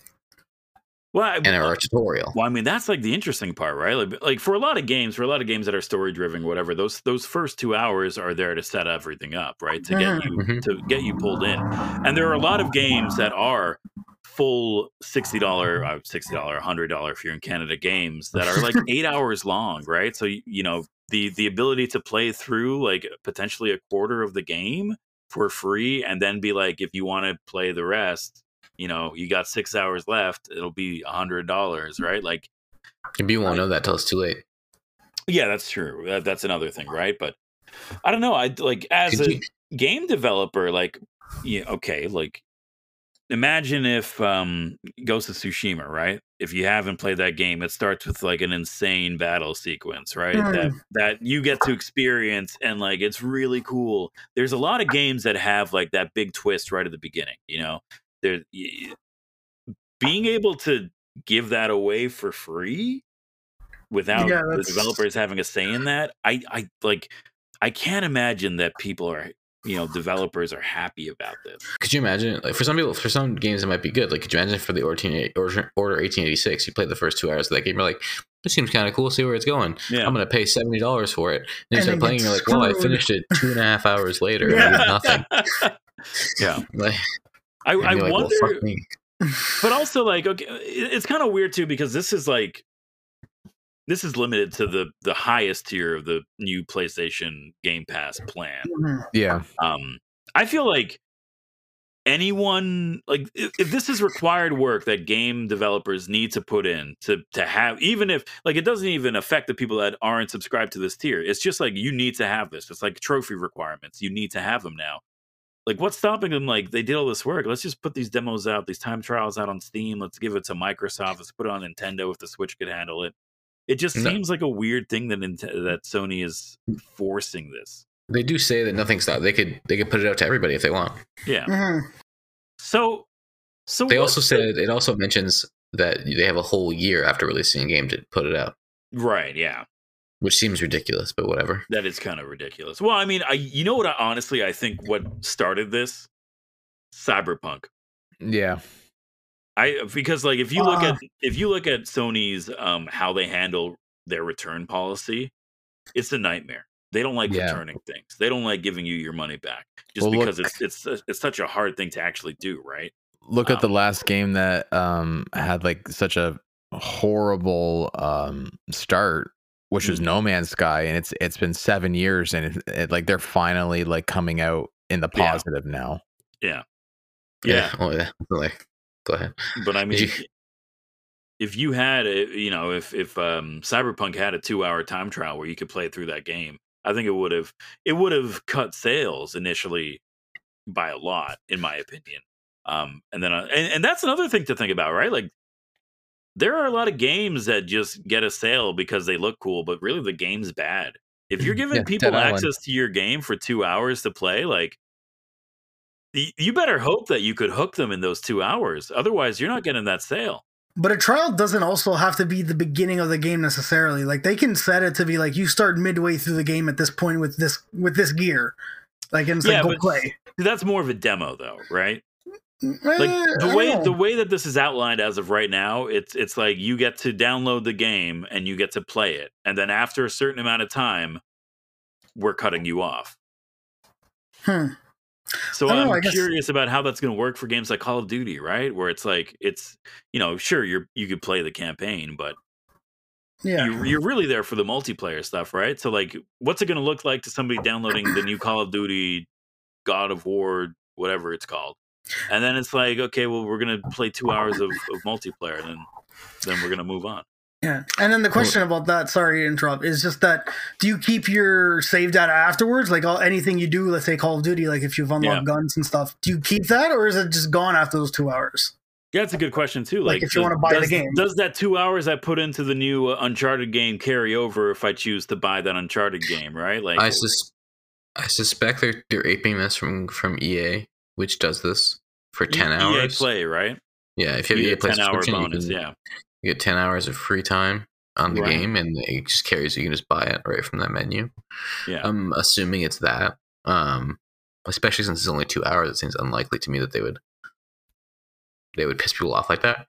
C: Well,
B: and are
C: I,
B: a tutorial.
C: well, I mean that's like the interesting part, right? Like, like for a lot of games, for a lot of games that are story driven, whatever, those those first two hours are there to set everything up, right? To get you
B: Mhm.
C: to get you pulled in, and there are a lot of games that are full sixty dollar, uh, sixty dollar, hundred dollar if you're in Canada games that are like eight hours long, right? So you, you know the the ability to play through like potentially a quarter of the game for free, and then be like, if you want to play the rest, you know, you got six hours left. It'll be a hundred dollars, right? Like,
B: And you won't know that till it's too late.
C: yeah, that's true. That, that's another thing, right? But I don't know. I like as
B: Could
C: a
B: you-
C: game developer, like, yeah, okay, like imagine if um Ghost of Tsushima, right? If you haven't played that game, it starts with like an insane battle sequence, right?
A: Hmm.
C: That that you get to experience and like it's really cool. There's a lot of games that have like that big twist right at the beginning, you know. There y- being able to give that away for free without
A: Yeah,
C: the
A: that's-
C: developers having a say in that, I I like I can't imagine that people are you know developers are happy about this.
B: Could you imagine? Like for some people, for some games, it might be good. Like, could you imagine for the Order Order 1886? You played the first two hours of that game. You're like, this seems kind of cool. See where it's going.
C: Yeah,
B: I'm gonna pay seventy dollars for it. And you
A: And
B: start
A: then
B: playing.
A: get
B: You're like, well, I
A: screwed.
B: finished it two and a half hours later. and I did
A: Yeah.
B: nothing.
C: yeah.
B: Like,
C: I,
B: and
C: I
B: you're like, well,
C: wonder,
B: fuck me.
C: but also like okay, it- it's kind of weird too because this is like this is limited to the the highest tier of the new PlayStation Game Pass plan.
A: Mhm.
D: Yeah.
C: um i feel like anyone like if, if this is required work that game developers need to put in to to have even if like it doesn't even affect the people that aren't subscribed to this tier it's just like you need to have this it's like trophy requirements you need to have them now like what's stopping them like they did all this work let's just put these demos out these time trials out on steam let's give it to microsoft let's put it on nintendo if the switch could handle it it just
B: No.
C: seems like a weird thing that Nint- that sony is forcing this
B: They do say that nothing's stopped. They could they could put it out to everybody if they want.
C: yeah
A: Mhm.
C: So, so
B: They
C: what-
B: also said it also mentions that they have a whole year after releasing a game to put it out,
C: right, yeah,
B: which seems ridiculous, but whatever.
C: that is kind of ridiculous. Well, I mean, I you know what? I, honestly, I think what started this cyberpunk.
D: Yeah.
C: I because like if you look
A: Ah.
C: at if you look at Sony's um how they handle their return policy, it's a nightmare. They don't like
D: Yeah.
C: returning things. They don't like giving you your money back just
D: Well, look-
C: because it's it's it's such a hard thing to actually do, right?
D: Look at the
C: Um,
D: last game that um had like such a horrible um start, which was
C: Mhm.
D: No Man's Sky, and it's it's been seven years, and it, it, like they're finally like coming out in the
C: Yeah.
D: positive now.
C: Yeah.
B: Oh yeah. Like, go ahead.
C: but I mean,
B: You-
C: if you had a, you know, if if um, Cyberpunk had a two-hour time trial where you could play through that game, I think it would have it would have cut sales initially by a lot, in my opinion. Um, and then, uh, and, and that's another thing to think about, right? Like, there are a lot of games that just get a sale because they look cool, but really the game's bad. If you're giving
D: Yeah,
C: people
D: Dead Island.
C: access to your game for two hours to play, like, y- you better hope that you could hook them in those two hours. Otherwise, you're not getting that sale.
A: But a trial doesn't also have to be the beginning of the game necessarily. Like they can set it to be like you start midway through the game at this point with this with this gear. Like and it's
C: Yeah,
A: like go
C: but-
A: play. Eh,
C: That's more of a demo, though, right? Like the way the way that this is outlined as of right now, it's it's like you get to download the game and you get to play it, and then after a certain amount of time, we're cutting you off.
A: Hmm.
C: So
A: I don't
C: I'm
A: know, I guess-
C: curious about how that's going to work for games like Call of Duty, right? Where it's like it's you know sure you're you could play the campaign, but
A: Yeah.
C: you're, you're really there for the multiplayer stuff, right? So, like, what's it going to look like to somebody downloading the new Call of Duty, God of War, whatever it's called? And then it's like, okay, well, we're going to play two hours of, of multiplayer, and then then we're going to move on.
A: Yeah. And then the question about that, sorry to interrupt, is just that do you keep your save data afterwards? Like all anything you do, let's say Call of Duty, like if you've unlocked guns and stuff, do you keep that or is it just gone after those two hours?
C: Yeah, that's a good question too.
A: Like,
C: Like,
A: if you wanna
C: does-
A: buy the
C: does-
A: game.
C: does that two hours I put into the new uh, Uncharted game carry over if I choose to buy that Uncharted game? Right? Like,
B: I sus- I suspect they're they're aping this from from EA, which does this for ten
C: EA
B: hours.
C: E Play, right?
B: Yeah, if you have
C: You
B: EA
C: get
B: Play
C: ten hour
B: subscription, you
C: bonus.
B: can
C: Yeah,
B: get ten hours of free time on the
C: Right.
B: game, and it just carries. You can just buy it right from that menu.
C: Yeah.
B: I'm assuming it's that. Um, especially since it's only two hours, it seems unlikely to me that they would they would piss people off like that.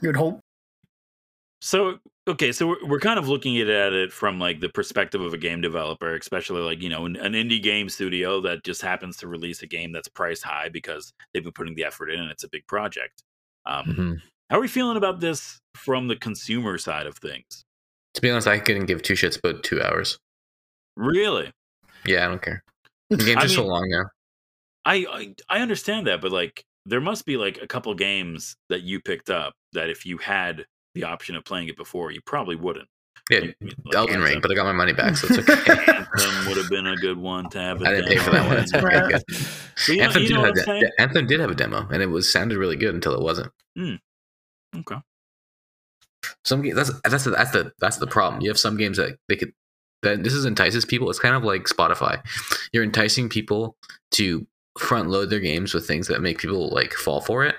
A: You would hope.
C: So okay, so we're, we're kind of looking at it from like the perspective of a game developer, especially like you know an, an indie game studio that just happens to release a game that's priced high because they've been putting the effort in and it's a big project. Um,
B: Mm-hmm.
D: hmm
C: How are we feeling about this from the consumer side of things?
B: To be honest, I couldn't give two shits about two hours.
C: Really?
B: Yeah, I don't care. The games
C: I
B: are so
C: mean-
B: long now.
C: I, I I understand that, but like there must be like a couple games that you picked up that if you had the option of playing it before, you probably wouldn't.
B: Yeah,
C: You- you- like
B: Elden Ring,
C: Anthem-
B: but I got my money back, so it's okay.
C: Anthem would have been a good one to have. a
B: I didn't pay for that
C: demo.
B: one. It's okay.
A: Right.
D: Mm-hmm.
C: But you know,
B: Anthem,
C: you
B: did
C: know
B: have
C: what I'm
B: de-
C: saying?
B: Anthem did have a demo, and it was sounded really good until it wasn't.
C: Okay.
B: Some games that's that's the, that's the that's the problem. You have some games that they could that this is entices people. It's kind of like Spotify. You're enticing people to front load their games with things that make people like fall for it,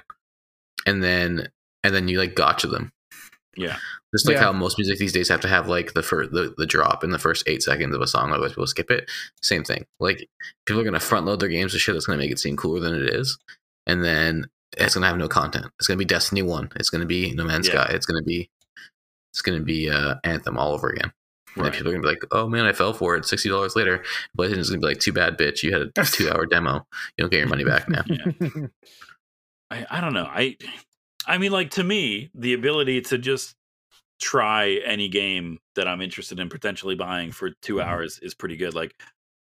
B: and then and then you like gotcha them.
C: Yeah.
B: Just like
D: Yeah.
B: how most music these days have to have like the first the, the drop in the first eight seconds of a song, otherwise people skip it. Same thing. Like people are gonna front load their games with shit that's gonna make it seem cooler than it is, and then it's gonna have no content. It's gonna be Destiny One. It's gonna be No Man's
C: Yeah.
B: Sky. It's gonna be it's gonna be uh, Anthem all over again. And then
C: Right.
B: people are gonna be like, "Oh man, I fell for it." Sixty dollars later, PlayStation's gonna be like, "Too bad, bitch. You had a two-hour demo. You don't get your money back now."
C: I, I don't know. I I mean like to me, the ability to just try any game that I'm interested in potentially buying for 2
B: Mm-hmm.
C: hours is pretty good. Like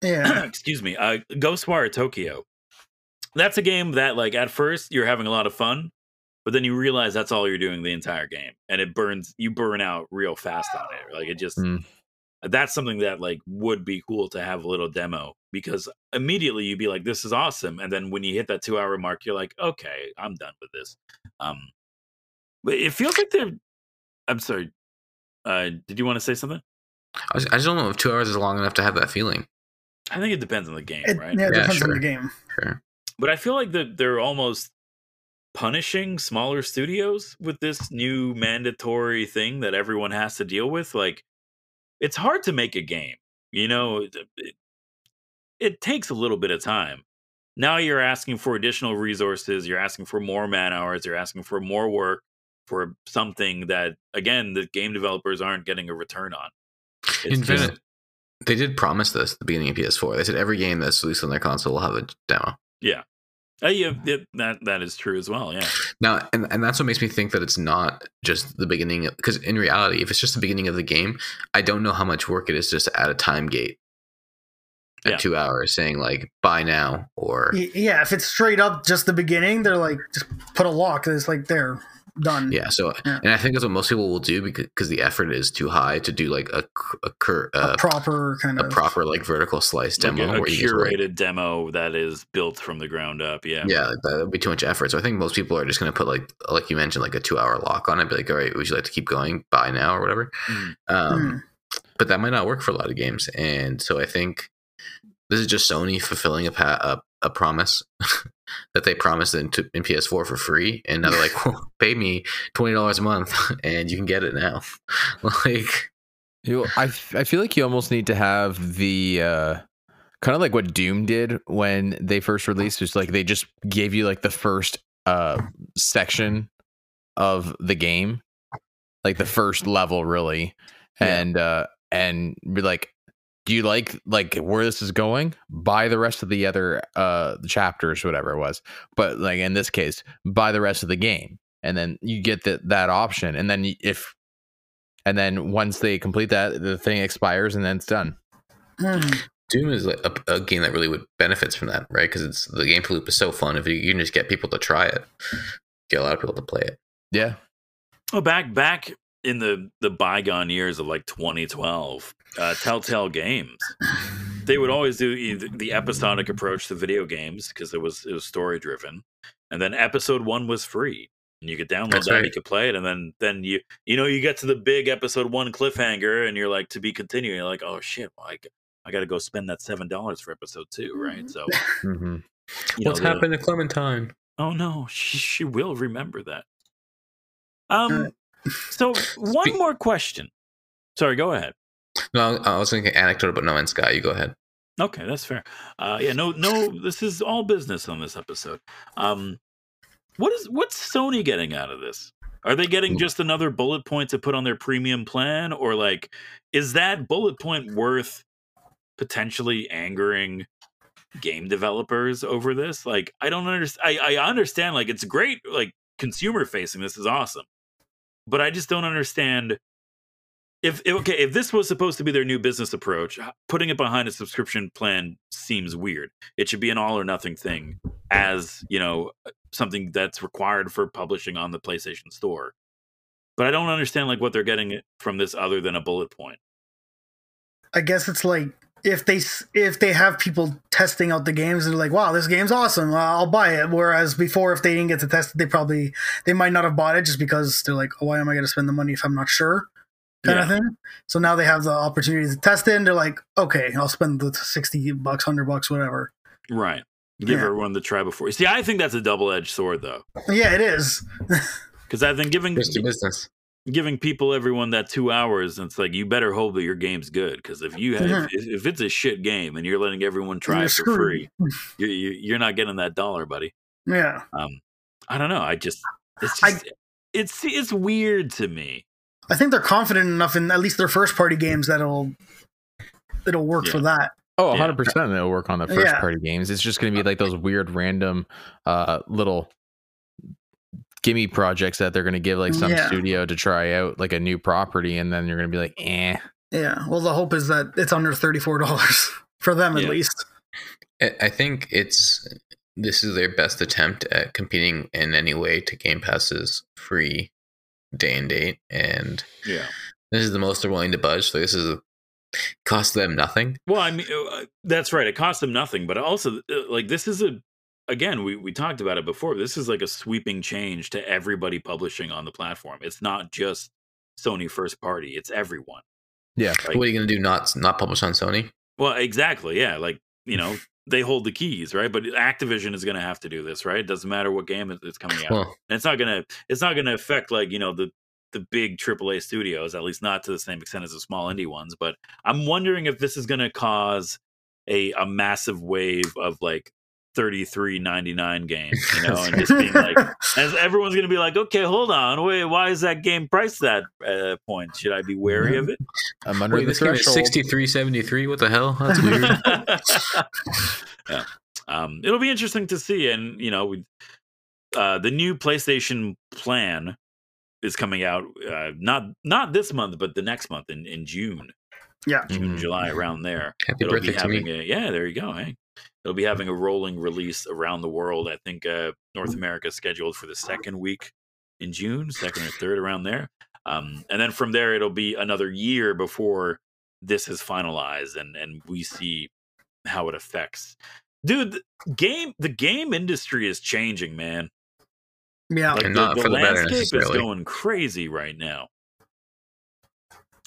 A: Yeah.
C: excuse me, uh Ghostwire Tokyo. That's a game that like at first you're having a lot of fun, but then you realize that's all you're doing the entire game and it burns you burn out real fast on it. Like it just
D: Mm.
C: that's something that like would be cool to have a little demo because immediately you'd be like this is awesome and then when you hit that 2 hour mark you're like okay, I'm done with this. Um but it feels like they're I'm sorry. Uh did you want to say something?
B: I, just, I just don't know if two hours is long enough to have that feeling.
C: I think it depends on the game,
A: It,
C: right?
A: yeah, it
B: Yeah,
A: depends
B: sure.
A: on the game.
B: Sure.
C: but I feel like that they're almost punishing smaller studios with this new mandatory thing that everyone has to deal with. Like, it's hard to make a game, you know, it, it- it takes a little bit of time. Now you're asking for additional resources, you're asking for more man hours, you're asking for more work for something that, again, the game developers aren't getting a return on. It's just-
B: Infinite. They did promise this at the beginning of PS4. They said every game that's released on their console will have a demo.
C: Uh, yeah, yeah, that, that is true as well. Yeah.
B: Now, and, and that's what makes me think that it's not just the beginning, because in reality, if it's just the beginning of the game, I don't know how much work it is just to add a time gate at
C: Yeah.
B: two hours saying, like, buy now or.
A: Y- Yeah, if it's straight up just the beginning, they're like, just put a lock. and It's like, they're done.
B: Yeah, so
A: Yeah.
B: and I think that's what most people will do because 'cause the effort is too high to do like a cr- a, cur,
A: A
B: uh,
A: proper kind
B: a
A: of.
B: proper like vertical slice
C: Like
B: demo
C: a, a
B: where you just
C: curated
B: write-
C: demo that is built from the ground up. Yeah.
B: yeah, like that would be too much effort. So I think most people are just going to put like like you mentioned like a two hour lock on it, be like, all right, would you like to keep going? Buy now or whatever.
C: Mm.
B: Um,
A: Mm.
B: but that might not work for a lot of games. And so I think this is just Sony fulfilling a pa- a, a promise that they promised in, to, in PS4 for free, and now they're like, well, pay me twenty dollars a month, and you can get it now. like,
D: You, I, f- I feel like you almost need to have the uh, kind of like what Doom did when they first released. Was like they just gave you like the first uh section of the game, like the first level, really,
B: Yeah.
D: and uh, and be like, do you like like where this is going? Buy the rest of the other uh chapters, whatever it was. But like in this case, buy the rest of the game, and then you get that that option, and then y- if and then once they complete that, the thing expires and then it's done.
A: Mm.
B: Doom is like a, a game that really would benefits from that, right? Because it's the gameplay loop is so fun. If you, you can just get people to try it, get a lot of people to play it.
D: Yeah.
C: Oh, back back in the the bygone years of like 2012, uh, Telltale Games, they would always do either the episodic approach to video games because it was it was story driven, and then episode one was free. And you could download
B: That's
C: that,
B: right.
C: you could play it, and then then you you know you get to the big episode one cliffhanger, and you're like to be continued. You're like, oh shit, well, I, g- I got to go spend that seven dollars for episode two, right? So
D: Mm-hmm.
C: you know, the-
B: to Clementine?
C: Oh no, she, she will remember that. Um,
A: Alright.
C: so one
B: Spe-
C: more question. Sorry, go ahead.
B: No, I was thinking anecdote about No Man's Sky. You go ahead.
C: Okay, that's fair. Uh, yeah, no, no, this is all business on this episode. Um, what is what's Sony getting out of this? Are they getting just another bullet point to put on their premium plan, or like, is that bullet point worth potentially angering game developers over this? Like, I don't understand. I, I understand. Like, it's great. Like, consumer facing. This is awesome. But I just don't understand if, if okay, if this was supposed to be their new business approach, putting it behind a subscription plan seems weird. It should be an all or nothing thing as, you know, uh, something that's required for publishing on the PlayStation Store. But I don't understand like what they're getting from this other than a bullet point.
A: I guess it's like if they if they have people testing out the games and they're like, "Wow, this game's awesome. I'll buy it." Whereas before, if they didn't get to test it, they probably they might not have bought it just because they're like, oh, "Why am I going to spend the money if I'm not sure?" kind yeah. of thing. So now they have the opportunity to test it, and they're like, "Okay, I'll spend the sixty bucks, hundred bucks, whatever."
C: Right. Give yeah. everyone the try before. See, I think that's a double edged sword, though.
A: Yeah, it is.
C: Because I've been giving
B: Risky business
C: giving people everyone that two hours and it's like you better hope that your game's good because if you have, mm-hmm. if, if, it's a shit game and you're letting everyone try for free you're, you're not getting that dollar buddy
A: yeah
C: um i don't know i just it's just, I, it's it's weird to me
A: i think they're confident enough in at least their first party games that it'll it'll work yeah. for that
D: Oh, 100% yeah. that'll work on the first yeah. party games. It's just going to be like those weird random uh little gimme projects that they're going to give like some yeah. studio to try out like a new property and then you're going to be like eh
A: yeah well the hope is that it's under $34 for them at yeah. least
B: i think it's this is their best attempt at competing in any way to game passes free day and date and
C: yeah
B: this is the most they're willing to budge so this is a cost them nothing
C: well i mean uh, that's right it cost them nothing but also uh, like this is a again, we, we talked about it before. This is like a sweeping change to everybody publishing on the platform. It's not just Sony first party, it's everyone.
D: Yeah.
B: Like, what are you going to do? Not not publish on Sony?
C: Well, exactly. Yeah. Like, you know, they hold the keys, right? But Activision is going to have to do this, right? It doesn't matter what game is coming out. Well, and it's not going to it's not going to affect like, you know, the the big AAA studios, at least not to the same extent as the small indie ones, but I'm wondering if this is going to cause a a massive wave of like 33.99 game you know and just being like as everyone's gonna be like okay hold on wait why is that game priced that uh, point should i be wary mm-hmm. of it
D: i'm under wait, the threshold
B: 63.73 what the hell that's weird
C: yeah. um, it'll be interesting to see and you know we, uh, the new playstation plan is coming out uh, not not this month but the next month in, in june
A: yeah
C: june mm-hmm. july around there
B: happy it'll birthday to me
C: a, yeah there you go hey It'll be having a rolling release around the world. I think uh, North America is scheduled for the second week in June, second or third around there. Um, and then from there, it'll be another year before this is finalized and, and we see how it affects. Dude, the game the game industry is changing, man.
A: Yeah,
C: like the, the, the landscape is going crazy right now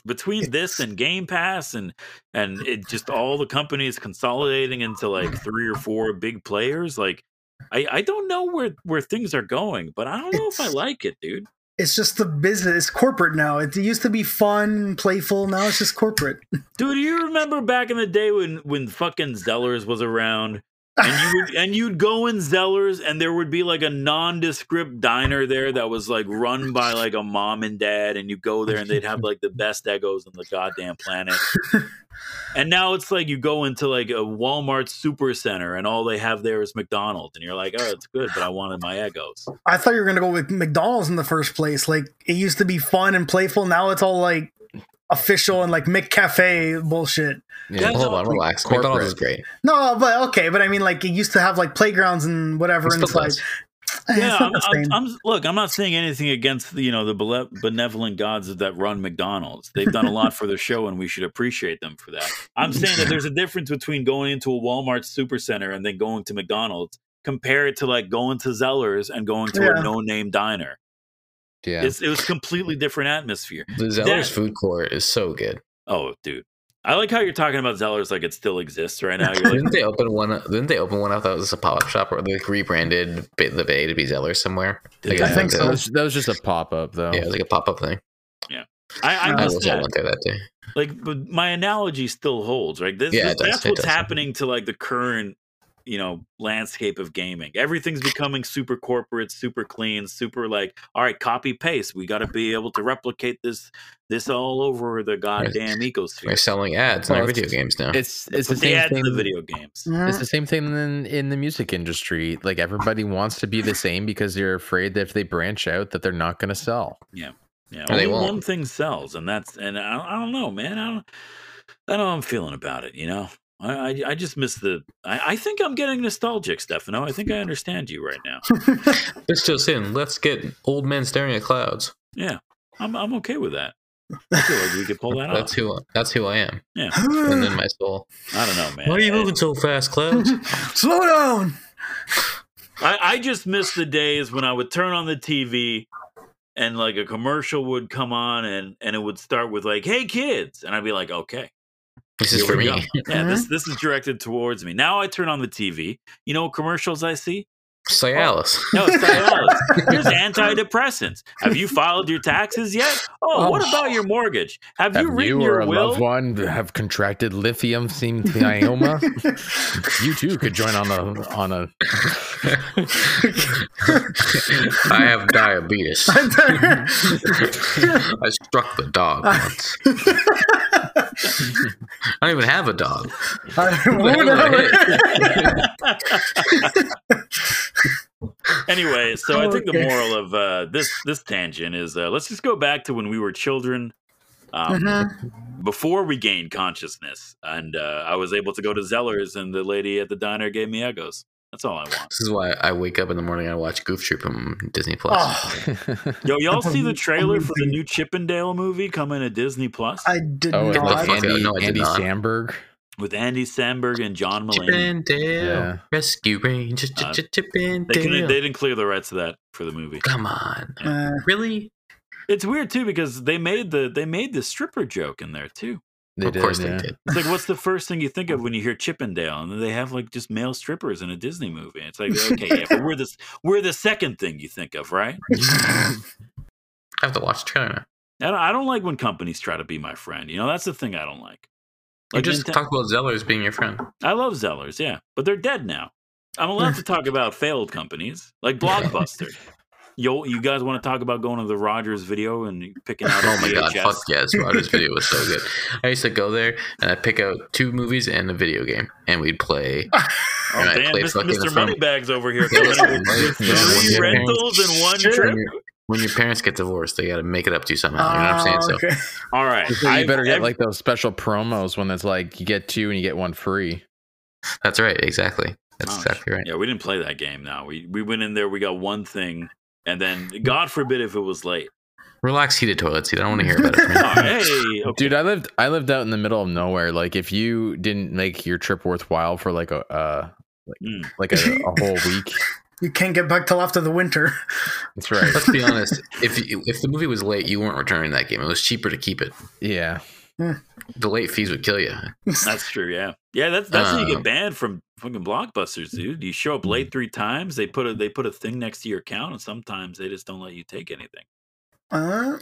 C: between this and Game Pass and and it just all the companies consolidating into like three or four big players, like I I don't know where where things are going, but I don't know it's, if I like it, dude.
A: It's just the business. It's corporate now. It used to be fun, playful. Now it's just corporate.
C: Dude, you remember back in the day when when fucking Zellers was around? and you would and you'd go in Zellers, and there would be like a nondescript diner there that was like run by like a mom and dad, and you go there and they'd have like the best egos on the goddamn planet. and now it's like you go into like a Walmart super center, and all they have there is McDonald's, and you're like, oh, it's good, but I wanted my egos.
A: I thought you were gonna go with McDonald's in the first place. Like it used to be fun and playful. Now it's all like official and like Mick Cafe bullshit.
B: Yeah, hold on, relax. Corporate. McDonald's is great.
A: No, but okay, but I mean, like it used to have like playgrounds and whatever, it's and it's like.
C: Yeah, I'm, I'm, I'm, look, I'm not saying anything against you know the benevolent gods that run McDonald's. They've done a lot for their show, and we should appreciate them for that. I'm saying that there's a difference between going into a Walmart supercenter and then going to McDonald's. Compare it to like going to Zellers and going to yeah. a no-name diner.
D: Yeah,
C: it's, it was completely different atmosphere.
B: The Zellers that, food court is so good.
C: Oh, dude, I like how you're talking about Zellers like it still exists right now. You're like,
B: didn't they open one? Didn't they open one? I thought it was a pop up shop or they like rebranded the Bay to be Zellers somewhere.
D: Like, I, I think so. That was, that was just a pop up though.
B: Yeah, it was like a pop up thing.
C: Yeah, I, I,
B: I wish I went there that day.
C: Like, but my analogy still holds, right? This, yeah, this, does, that's what's does. happening to like the current you know landscape of gaming everything's becoming super corporate super clean super like all right copy paste we got to be able to replicate this this all over the goddamn
B: They're
C: ecosystere
B: selling ads in
D: Well,
B: our
D: it's-
B: video games now.
D: It's it's the
C: Put the
D: same
C: ads
D: thing.
C: in the video games
A: Mm.
D: It's
A: Mm-hmm.
D: the same thing in, in the music industry. Like everybody wants to be the same because they're afraid that if they branch out, that they're not going to sell.
C: yeah
B: Or
C: only
B: they won't.
C: one thing sells and that's and I, I don't know man i don't i don't know how i'm feeling about it you know I, I, I just miss the. I, I think I'm getting nostalgic, Stefano. I think I understand you right now.
B: They're still saying, let's get old men staring at clouds.
C: Yeah, I'm I'm okay with that. I feel like we could pull that
B: That's
C: off.
B: who that's who I am. And
A: Hmm,
B: then my soul.
C: I don't know, man.
B: Why are you
C: I-
B: moving so fast, clouds?
A: Slow down.
C: I, I just miss the days when I would turn on the TV and like a commercial would come on and and it would start with like, "Hey kids," and I'd be like, "Okay,
B: this is
C: here
B: for me.
C: we go." Yeah,
B: Uh-huh.
C: this this is directed towards me. Now I turn on the TV. You know what commercials I see?
B: Cialis.
C: No, it's Cialis. Here's antidepressants. Have you filed your taxes yet? Oh, what about your mortgage? Have, you
D: Have
C: written
D: you or
C: your
D: a
C: will?
D: loved one have contracted lithium synthioma? you too could join on a on a.
B: I have diabetes. I struck the dog once. I don't even have a dog.
C: anyway, so I think the
A: Okay.
C: moral of uh, this this tangent is uh, let's just go back to when we were children, um,
A: Uh-huh. Mm-hmm.
C: before we gained consciousness, and uh, I was able to go to Zellers, and the lady at the diner gave me Eggos. That's all I want.
B: This is why I wake up in the morning. I watch Goof Troop on Disney Plus.
A: Oh,
C: Yo, y'all see the trailer for the new Chippendale movie coming to Disney Plus
A: I did
D: oh, and
B: the
A: not.
B: fuck out.
D: Andy,
B: No, I did
D: Andy
B: not.
D: Sandberg.
C: with Andy Samberg and John
B: Oh,
C: Mulaney?
B: Chippendale
D: Yeah.
B: Rescue Ranger. Ch-
C: Uh,
B: ch-
C: They, couldn't, they
B: Chippendale.
C: didn't clear the rights to that for the movie.
B: Come on,
A: Uh,
B: really?
C: It's weird too because they made the they made the stripper joke in there too.
D: They
B: of
D: did,
B: course
D: yeah.
B: they did.
C: It's like, what's the first thing you think of when you hear Chippendale? And then they have like just male strippers in a Disney movie. It's like, okay, yeah, but we're the we're the second thing you think of, right?
B: I have to watch the trailer now.
C: I don't, I don't like when companies try to be my friend. You know, that's the thing I don't like.
B: You
C: Like,
B: just
C: Ninte-
B: talked about Zellers being your friend.
C: I love Zellers, yeah, but they're dead now. I'm allowed to talk about failed companies like Blockbuster. Yo, you guys want to talk about going to the Rogers video and picking out?
B: Oh
C: a
B: my god,
C: VHS?
B: fuck yes. Wow, this video was so good. I used to go there and I'd pick out two movies and a video game and we'd play.
C: Oh,
B: and I'd
C: damn,
B: play
C: Mr.
B: fucking
C: Mr.
B: from-
C: Moneybags over here
B: Yeah,
C: coming up with
B: yeah, when
C: three
B: your
C: rentals in one
A: Sure.
C: trip.
B: When your- When your parents get divorced, they got to make it up to you somehow. You know what I'm saying? So
A: Ah, okay.
C: All right,
D: So you
C: I've
D: better get
C: ev-
D: like those special promos when it's like you get two and you get one free.
B: that's right. Exactly. That's
C: Oh,
B: exactly right.
C: Yeah, we didn't play that game. Now we we went in there, we got one thing, and then God forbid if it was late.
B: Relax, heated toilet seat. I don't want to hear about
C: Oh,
B: it.
C: hey, okay.
D: Dude, I lived I lived out in the middle of nowhere. Like if you didn't make your trip worthwhile for like a uh
C: Mm.
D: like a, a whole week.
A: You can't get back till after the winter.
D: That's right.
B: Let's be honest. If you- if the movie was late, you weren't returning that game. It was cheaper to keep it.
D: Yeah.
B: The late fees would kill you.
C: that's true. Yeah, yeah, that's that's how you
B: Uh,
C: get banned from fucking blockbusters, dude. You show up late three times, they put a they put a thing next to your account, and sometimes they just don't let you take anything.
A: Uh,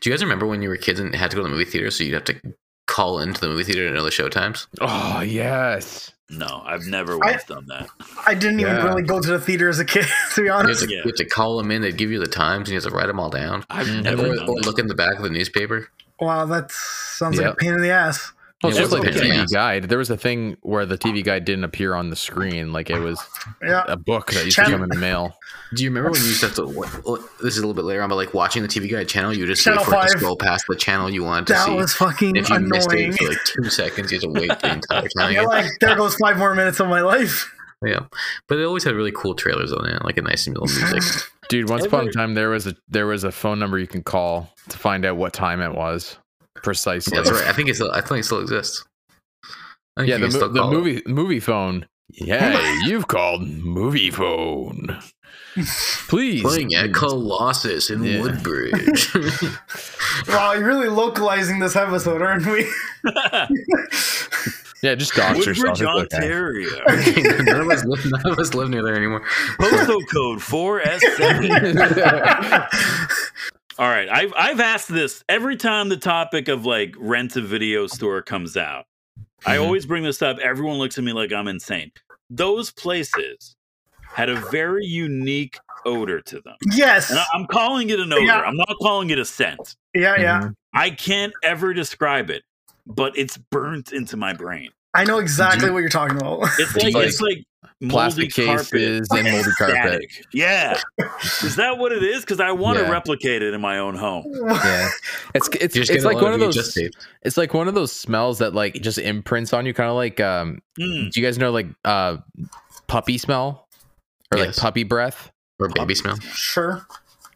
B: Do you guys remember when you were kids and had to go to the movie theater, so you'd have to call into the movie theater to know the show times?
D: Oh yes.
C: No, I've never
A: I-
C: once done that.
A: I didn't even
D: Yeah.
A: really go to the theater as a kid, to be
B: You have,
A: honest.
B: to,
C: Yeah.
B: you have to call them in. They'd give you the times, and you have to write them all down.
C: I've
D: Mhm.
B: And
C: never
B: or,
C: done
B: or
C: that.
B: look in Mm, the back of the newspaper.
A: Wow, that sounds like
D: Yeah.
A: a pain in the ass.
D: Well, it's
B: Yeah,
D: just like the
B: what's up,
D: TV
B: guys?
D: guide. There was a thing where the TV guide didn't appear on the screen. Like it was
A: Yeah.
D: a book that used to
A: Channel-
D: come in the mail.
B: Do you remember when you used to have to? What, what, this is a little bit later on, but like watching the TV guide channel, you just
A: Channel
B: wait for it
A: five.
B: to scroll past the channel you wanted to
A: That
B: see.
A: was fucking
B: if you missed
A: annoying.
B: it for like two seconds, you had to wait the entire time.
A: You're like, there goes five more minutes of my life.
B: yeah, but it always had really cool trailers on it, like a nice little music.
D: Dude, once upon a
C: Every-
D: time there was a there was a phone number you can call to find out what time it was precisely.
B: That's right. I think it's. I think it still exists. I think
D: Yeah,
B: you
D: the,
B: can still
D: mo- the
B: call it.
D: movie movie phone. Yeah, you've called movie phone. Please.
B: Playing at Colossus in
D: Yeah.
B: Woodbridge.
A: Wow, you're really localizing this episode, aren't we?
D: Yeah, just dox yourself.
C: Woodbridge,
D: It's okay.
C: Ontario,
B: none, of us live, none of us live near there anymore.
C: postal code four S seven. All right, I've I've asked this every time the topic of like rent a video store comes out. I
B: Mhm.
D: Mm-hmm.
C: always bring this up. Everyone looks at me like I'm insane. those places had a very unique odor to them.
A: Yes.
C: And I- I'm calling it an odor.
A: Yeah.
C: I'm not calling it a scent.
A: Yeah,
B: Mm-hmm.
A: yeah.
D: Mhm.
C: I can't ever describe it, but it's burnt into my brain.
A: I know exactly what you're talking about.
C: It's
D: It's
C: like, it's like moldy
D: Plastic
C: carpet.
D: cases and moldy carpet.
C: Static. Yeah. Is that what it is? Because I want
D: Yeah.
C: to replicate it in my own home.
D: Yeah, it's it's
B: Just
D: it's
B: get a
D: like
B: lot
D: one of
B: VHS
D: those
B: tapes.
D: it's like one of those smells that like just imprints on you, kind of like um.
C: Mm.
D: Do you guys know like uh, puppy smell or like
B: Yes.
D: puppy breath?
B: or baby smell.
A: sure.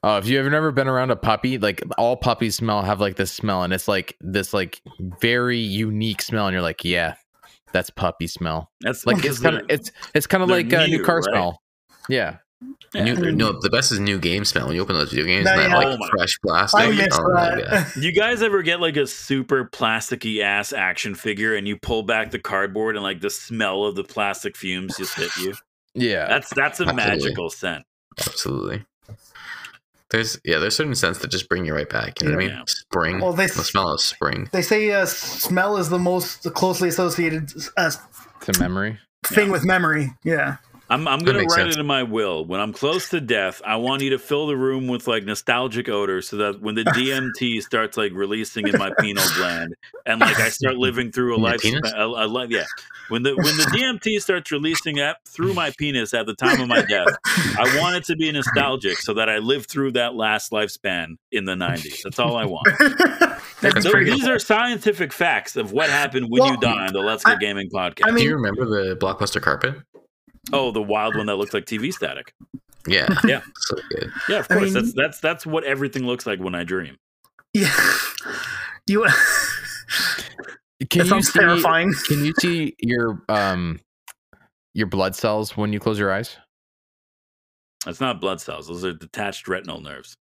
D: Oh, if you have never been around a puppy, like all puppies smell have like this smell, and it's like this like very unique smell, and you're like, yeah, that's puppy smell.
C: That's
D: Like it's kind of it's it's kind of
C: they're
D: like a new
C: new,
D: car
C: right?
D: smell. Yeah,
C: Yeah.
B: New, no, the best is new game smell. When you open those video games,
A: No,
B: and that
A: yeah.
B: like
C: Oh my-
B: fresh plastic.
A: I missed
B: oh my god.
A: that.
C: You guys ever get like a super plasticky ass action figure and you pull back the cardboard and like the smell of the plastic fumes just hit you?
D: yeah.
C: That's that's a
B: Absolutely.
C: magical scent.
B: Absolutely. There's yeah, there's certain scents that just bring you right back. You know what I mean?
C: Yeah.
B: Spring.
A: Well, they-
B: the smell of spring.
A: They say uh, smell is the most closely associated uh,
D: to memory.
A: thing with memory. Yeah.
C: I'm I'm gonna
B: makes
C: write
B: sense.
C: it in my will. When I'm close to death, I want you to fill the room with like nostalgic odor so that when the DMT starts like releasing in my penal gland and like I start living through a
B: In your
C: life
B: penis?
C: a, a life yeah. When the when the DMT starts releasing at, through my penis at the time of my death, I want it to be nostalgic so that I live through that last lifespan in the 90s. That's all I want.
A: That's
C: So
A: pretty
C: these are scientific facts of what happened when you
A: Well,
C: die on the Let's Go
A: I-
C: Gaming podcast.
A: I
B: Do you
A: mean,
B: remember the blockbuster carpet?
C: oh, the wild one that looked like TV static.
B: Yeah.
C: Yeah.
B: So good.
C: Yeah, of
A: I
C: course.
A: mean-
C: that's that's that's what everything looks like when I dream.
A: yeah. You.
D: Can
A: that
D: you
A: sounds
D: see?
A: terrifying.
D: Can you see your um your blood cells when you close your eyes?
C: That's not blood cells. Those are detached retinal nerves.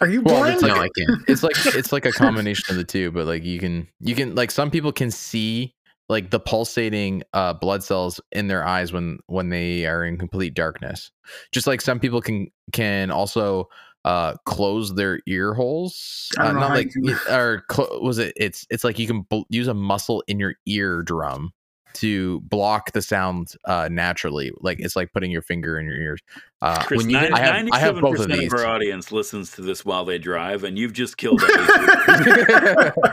A: Are you
D: Well,
A: blind?
D: it's like-
B: no, I can't.
D: It's like it's like a combination of the two, but like you can you can like some people can see like the pulsating uh blood cells in their eyes when when they are in complete darkness. Just like some people can can also uh close their ear holes
A: I
D: uh,
A: don't know
D: not
A: how
D: like
A: you
D: or clo- was it it's it's like you can bl- use a muscle in your eardrum to block the sound uh naturally like it's like putting your finger in your ears uh
C: Chris,
B: When you
C: nine-
B: get- I
D: have- I have both of
C: 97%
D: these.
C: our audience listens to this while they drive, and you've just killed it.
D: um,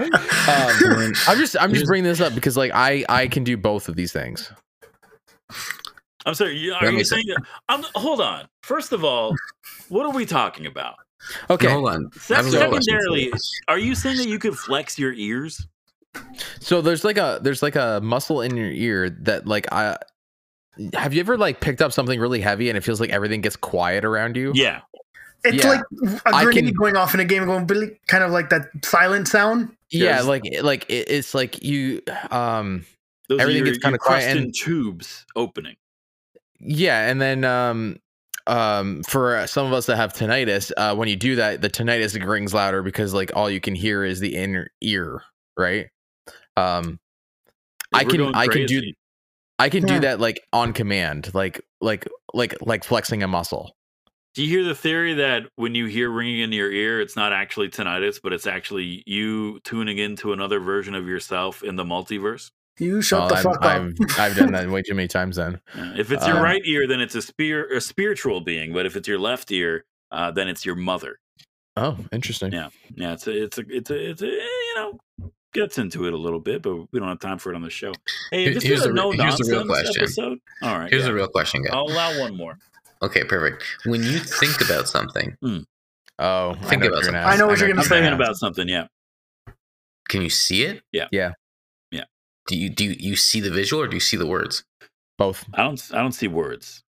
D: I'm just I'm just
B: Here's-
D: bringing this up because like I I can do both of these things.
C: I'm sorry. You, are
B: That
C: you
B: makes
C: saying that? I'm, hold on. First of all, what are we talking about?
D: Okay,
B: Hold on. I
C: Sec-
B: have another question for
C: secondarily,
B: you.
C: are you saying that you could flex your ears?
D: so there's like a there's like a muscle in your ear that like I have you ever like picked up something really heavy and it feels like everything gets quiet around you?
C: Yeah.
A: It's
D: Yeah.
A: like a
D: I
A: grenade
D: can-
A: going off in a game and going "Billy," kind of like that silent sound.
D: yeah,
C: There's-
D: like like it, it's like you um
C: Those
D: Everything
C: are your,
D: gets kinda
C: your
D: quiet
C: crust
D: and-
C: and tubes opening.
D: yeah, and then um um for some of us that have tinnitus, uh when you do that, the tinnitus rings louder because like all you can hear is the inner ear, right? Um I
C: We're
D: can-
C: going
D: I can do-
C: crazy.
D: I can
A: Yeah.
D: do that like on command, like like like like flexing a muscle.
C: Do you hear the theory that when you hear ringing in your ear, it's not actually tinnitus, but it's actually you tuning into another version of yourself in the multiverse?
A: You shut
D: Well,
A: the
D: Oh, I've,
A: fuck
D: I've,
A: up.
D: I've done that way too many times. Then
C: Yeah. Uh, If it's
B: Uh
C: your
D: Um,
C: right ear, then it's a spear, a spiritual being. But if it's your left ear, uh, then it's your mother.
D: oh, interesting.
C: Yeah, yeah. It's a, it's a, it's a, it's a, eh, you know, gets into it a little bit, but we don't have time for it on the show. Hey,
B: Here-
C: this
B: here's
C: is a
B: the re-
C: no
B: here's
C: nonsense
B: the real question.
C: episode. All right,
B: Here's
C: yeah.
B: a real question, guys.
C: I'll allow one more.
B: Okay, perfect. When you think about something,
D: Oh,
B: Think
D: what
B: about
D: you're
B: something.
D: gonna
A: I
D: ask.
A: know what you're
D: what
A: gonna
C: I'm thinking
A: Yeah.
C: about something. Yeah,
B: can you see it?
C: Yeah.
D: Yeah.
C: Yeah.
B: Do you do you, you see the visual or do you see the words?
D: both.
C: I don't, I don't see words.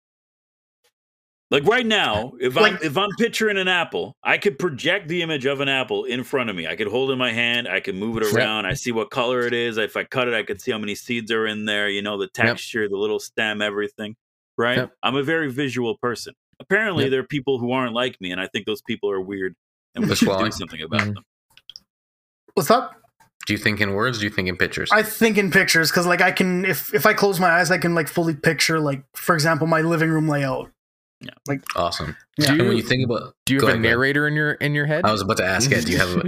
C: Like right now, if I'm
A: Like-
C: if I'm picturing an apple, I could project the image of an apple in front of me. I could hold it in my hand. I could move it
D: Yep.
C: around. I see what color it is. If I cut it, I could see how many seeds are in there. You know the texture, the little stem, everything. Right.
D: Yep.
C: I'm a very visual person. Apparently,
D: Yep.
C: there are people who aren't like me, and I think those people are weird, and we
B: That's
C: should
B: why.
C: do something about
D: Mhm.
C: them.
A: What's up?
B: Do you think in words? Do you think in pictures?
A: I think in pictures because like I can if if I close my eyes I can like fully picture like for example my living room layout.
B: awesome.
A: Yeah.
B: and when you think about,
D: Do you
B: Go
D: have a
B: ahead, go ahead.
D: narrator in your in your head?
B: I was about to ask it. Do you have a,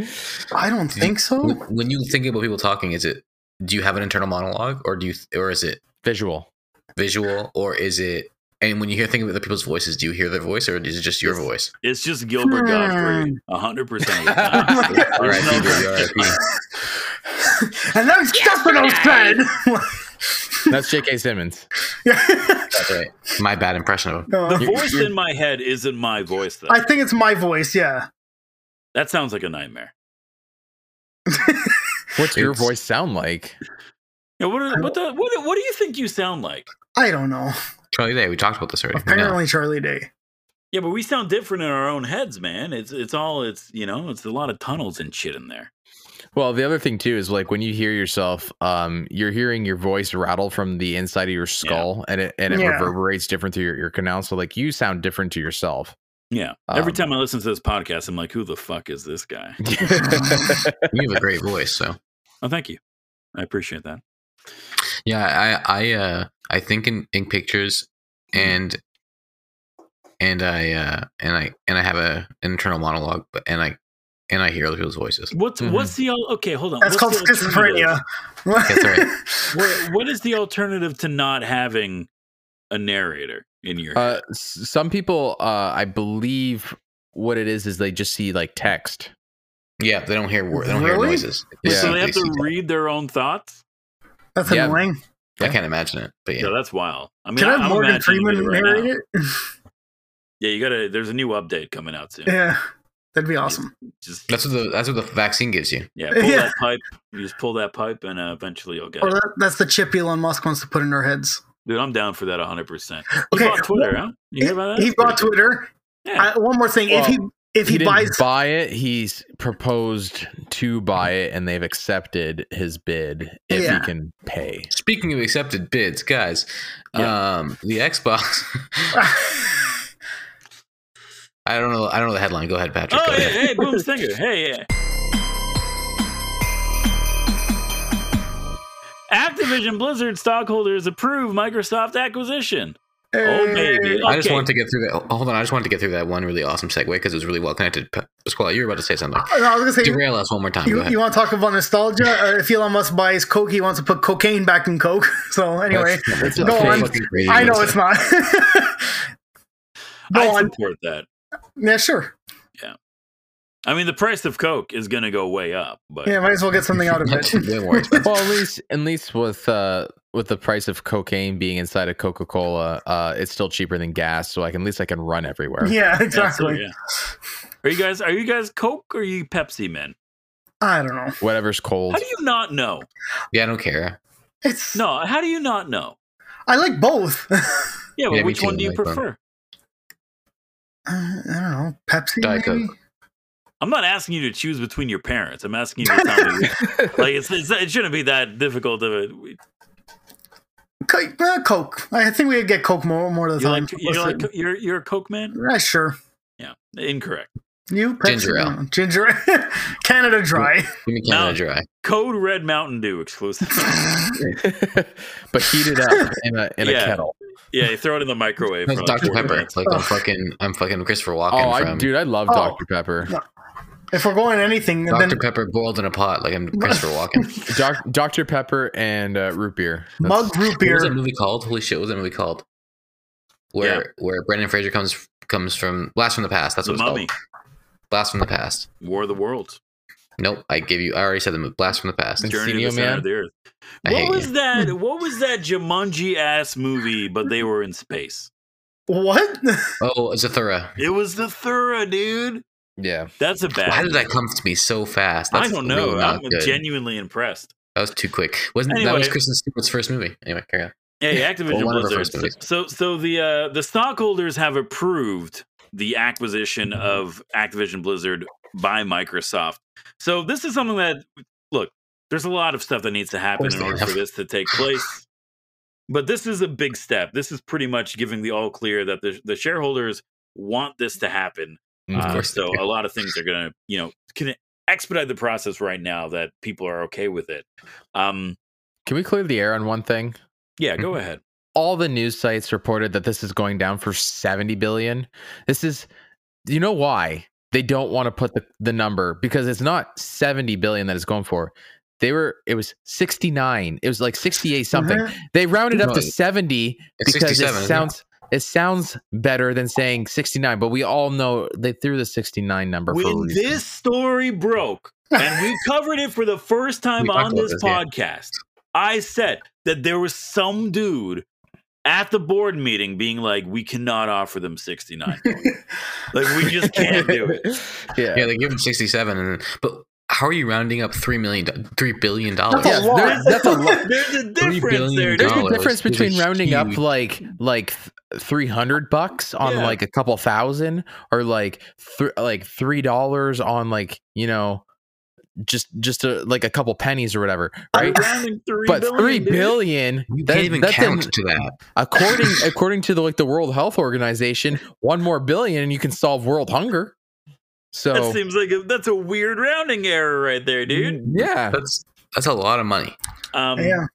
A: I don't
B: Do you-
A: think so.
B: when when you think about people talking? Is it do you have an internal monologue or do you or is it
D: visual?
B: visual or is it? And when you hear think of other people's voices, do you hear their voice or is it just your
C: It's-
B: voice?
C: It's just Gilbert Godfrey, hundred percent of the time.
B: R.I.P.
C: no-
B: baby, R.I.P.
A: and that's just what I said.
D: That's J.K. Simmons.
B: That's right. My bad impression of him.
A: No,
C: The
B: You're-
C: voice
B: you're-
C: in my head isn't my voice though.
A: I think it's my voice. Yeah.
C: that sounds like a nightmare.
D: What's your
B: It's-
D: voice sound like?
C: Yeah, what, are, what, the, what, what do you think you sound like?
A: I don't know.
B: Charlie Day. We talked about this already. No.
A: Apparently, Charlie Day.
C: Yeah, but we sound different in our own heads, man. It's it's all it's you know it's a lot of tunnels and shit in there.
D: Well, the other thing too is like when you hear yourself, um, you're hearing your voice rattle from the inside of your skull, and it and it
A: Yeah.
D: reverberates different through your ear canal. So like you sound different to yourself.
C: Yeah. Every
D: Um,
C: time I listen to this podcast, I'm like, who the fuck is this guy?
A: Mm-hmm.
B: You have a great voice, so
C: Oh, thank you. I appreciate that.
B: yeah. I I uh I think in in pictures and and I uh and I and I have a an internal monologue, but and I and I hear other people's voices.
C: What's
D: Mhm.
C: what's the al- okay? Hold on.
A: Mm-hmm. That's
C: What's
A: called
C: the alternative?
A: schizophrenia.
B: That's right.
C: What, what is the alternative to not having a narrator in your? head?
D: Uh, s- some people, uh, I believe, what it is is they just see like text.
B: Yeah, they don't hear wor- they don't hear
A: Really?
B: noises.
D: Yeah.
C: so they have
B: see
C: to
B: text.
C: read their own thoughts.
A: That's
D: Yeah.
A: annoying.
B: I can't imagine it, but yeah.
C: Yeah, that's wild. I mean,
A: Can I have
C: I'm
A: Morgan
C: imagining
A: Freeman
C: it right now.
A: narrate it?
C: Yeah, you gotta. There's a new update coming out soon.
A: Yeah, that'd be awesome.
C: Just
B: That's what the that's what the vaccine gives you.
C: yeah, pull
A: Yeah.
C: that pipe. You just pull that pipe, and uh, eventually you'll get.
A: Or
C: It.
A: that, that's the chip Elon Musk wants to put in our heads.
C: Dude, I'm down for that 100. percent He
A: Okay,
C: bought Twitter, huh? You hear about that?
A: He
C: That's
A: bought
C: pretty good.
A: Twitter.
C: Yeah.
A: I, one more thing. if he if he,
D: he didn't
A: buys,
D: buy it, he's proposed to buy it, and they've accepted his bid if
A: Yeah.
D: he can pay.
B: Speaking of accepted bids, guys, um, the Xbox. I don't know. I don't know the headline. Go ahead, Patrick.
C: Oh
B: Go
C: yeah,
B: ahead.
C: hey, boom singer. Hey, yeah. Activision Blizzard stockholders approve Microsoft acquisition. Oh baby.
B: I just
C: Okay.
B: wanted to get through that. Hold on, I just wanted to get through that one really awesome segue because it was really well connected. Pa- Pasquale, you were about to say something.
A: No, I was gonna say.
B: Derail us one more time. Go
A: You,
B: ahead.
A: you want to talk about nostalgia? Uh, if Elon Musk buys Coke, he wants to put cocaine back in Coke. So anyway,
B: That's- that's
D: Go
B: fucking
A: on.
B: crazy.
A: I know it's not. Go
C: I
A: on.
C: support that.
A: Yeah, sure.
C: I mean, the price of Coke is going to go way up, but
A: Yeah, might as well get something out of
B: That's
A: it.
B: way more expensive.
D: well, at least at least with uh with the price of cocaine being inside of Coca Cola, uh, it's still cheaper than gas. So I can at least I can run everywhere.
A: Yeah,
C: Yeah, so,
A: exactly.
C: yeah. Are you guys are you guys Coke or are you Pepsi men?
A: I don't know.
D: Whatever's cold.
C: How do you not know?
B: Yeah, I don't care.
A: It's
C: No, how do you not know?
A: I like both. Uh,
C: Yeah, but
B: Yeah, me
C: which
B: too,
C: one do you
B: like um, both.
C: prefer?
A: I don't know. Pepsi.
B: Diet Coke.
A: maybe?
C: I'm not asking you to choose between your parents. I'm asking you to tell me. like it's, it's it shouldn't be that difficult of a
A: Coke, uh, Coke. I think we get Coke more more of the
C: You
A: time.
C: like, you
A: Listen.
C: like, you're you're a Coke man?
A: Yeah, sure.
C: Yeah, incorrect.
A: You Pepsi,
B: Ginger ale.
A: no. Ginger ale. Canada Dry.
B: Give me Canada
C: No.
B: Dry.
C: Code Red Mountain Dew exclusive.
D: but heat it up in a in
C: Yeah.
D: a kettle.
C: yeah, you throw it in the microwave.
B: That's
C: for like
B: Dr
C: 40
B: Pepper.
C: minutes.
B: It's like I'm fucking. I'm fucking Christopher Walken
D: Oh, I,
B: from
D: dude, I love
A: Oh.
D: Dr Pepper.
A: If we're going anything,
B: Dr
A: then
B: Pepper boiled in a pot. Like I'm Christopher Walken.
D: Doc, Dr Pepper and uh, root beer. That's-
A: mug root
B: What was that
A: beer.
B: movie called? Holy shit! What was that movie called? Where
C: Yeah.
B: where Brendan Fraser comes comes from Blast from the Past. That's
C: the
B: what it's
C: Mummy,
B: called. Blast from the Past.
C: War of the Worlds,
B: Nope, I gave you. I already said the movie. Blast from the Past.
C: Journey to
D: Encino
C: the Center
D: Man?
C: of the Earth.
B: I
C: What
B: hate
C: was
B: you.
C: that? What was that Jumanji ass movie? But they were in space.
A: What?
B: Oh, Zathura.
C: It was the Thura, dude.
D: yeah.
C: That's a bad.
B: Why did that come to me so fast?
C: I
B: That's
C: don't know.
B: really not
C: I'm
B: good.
C: genuinely impressed.
B: that was too quick. Wasn't that was
C: Anyway.
B: Kristen Stewart's first movie? Anyway, carry on.
C: Hey,
B: Well,
C: Activision
B: one of our first
C: Blizzard.
B: movies.
C: So, so the uh, the stockholders have approved the acquisition of Activision Blizzard by Microsoft. So, this is something that look. There's a lot of stuff that needs to happen
B: course
C: in
B: they
C: order
B: have.
C: for this to take place. But this is a big step. This is pretty much giving the all clear that the, the shareholders want this to happen.
D: Mm.
C: Uh,
B: course they
C: so
B: do.
C: a lot of things are going to, you know, can expedite the process right now that people are okay with it. Um,
D: Can we clear the air on one thing?
C: yeah, go
B: Mm-hmm.
C: ahead.
D: all the news sites reported that this is going down for 70 billion. This is you know why they don't want to put the, the number because it's not 70 billion that it's going for. They were it was 69. It was like 68 something.
A: Mhm.
D: They rounded up to
B: Right.
D: 70
B: It's
D: because it
B: 67, isn't it?
D: sounds it sounds better than saying 69, but we all know they threw the 69 number for a
C: when
D: reason.
C: this story broke and we covered it for the first time
B: We talked
C: on
B: about
C: this
B: this, yeah.
C: podcast i said that there was some dude at the board meeting being like we cannot offer them 69 million. like we just can't do it
D: Yeah.
B: Yeah, they give him sixty-seven, and then, but how are you rounding up three million, three billion dollars?
A: That's a lot.
D: there- that's a lot.
C: there's a difference
B: billion
C: there
D: There's
C: dude.
B: dollars.
D: a difference
B: There's a
D: between rounding up
B: huge-
D: like like three hundred bucks on
C: Yeah.
D: like a couple thousand, or like th- like three dollars on like you know just just a, like a couple pennies or whatever,
C: We're
D: right?
C: rounding three
D: But
C: billion,
D: three
C: dude.
D: billion,
B: You
D: that-
B: can't even
D: that's
B: count
D: an-
B: to that.
D: according according to the, like the World Health Organization, one more billion and you can solve world hunger. So
C: that seems like a, that's a weird rounding error right there dude
D: yeah,
B: That's that's a lot of money.
C: um
A: yeah.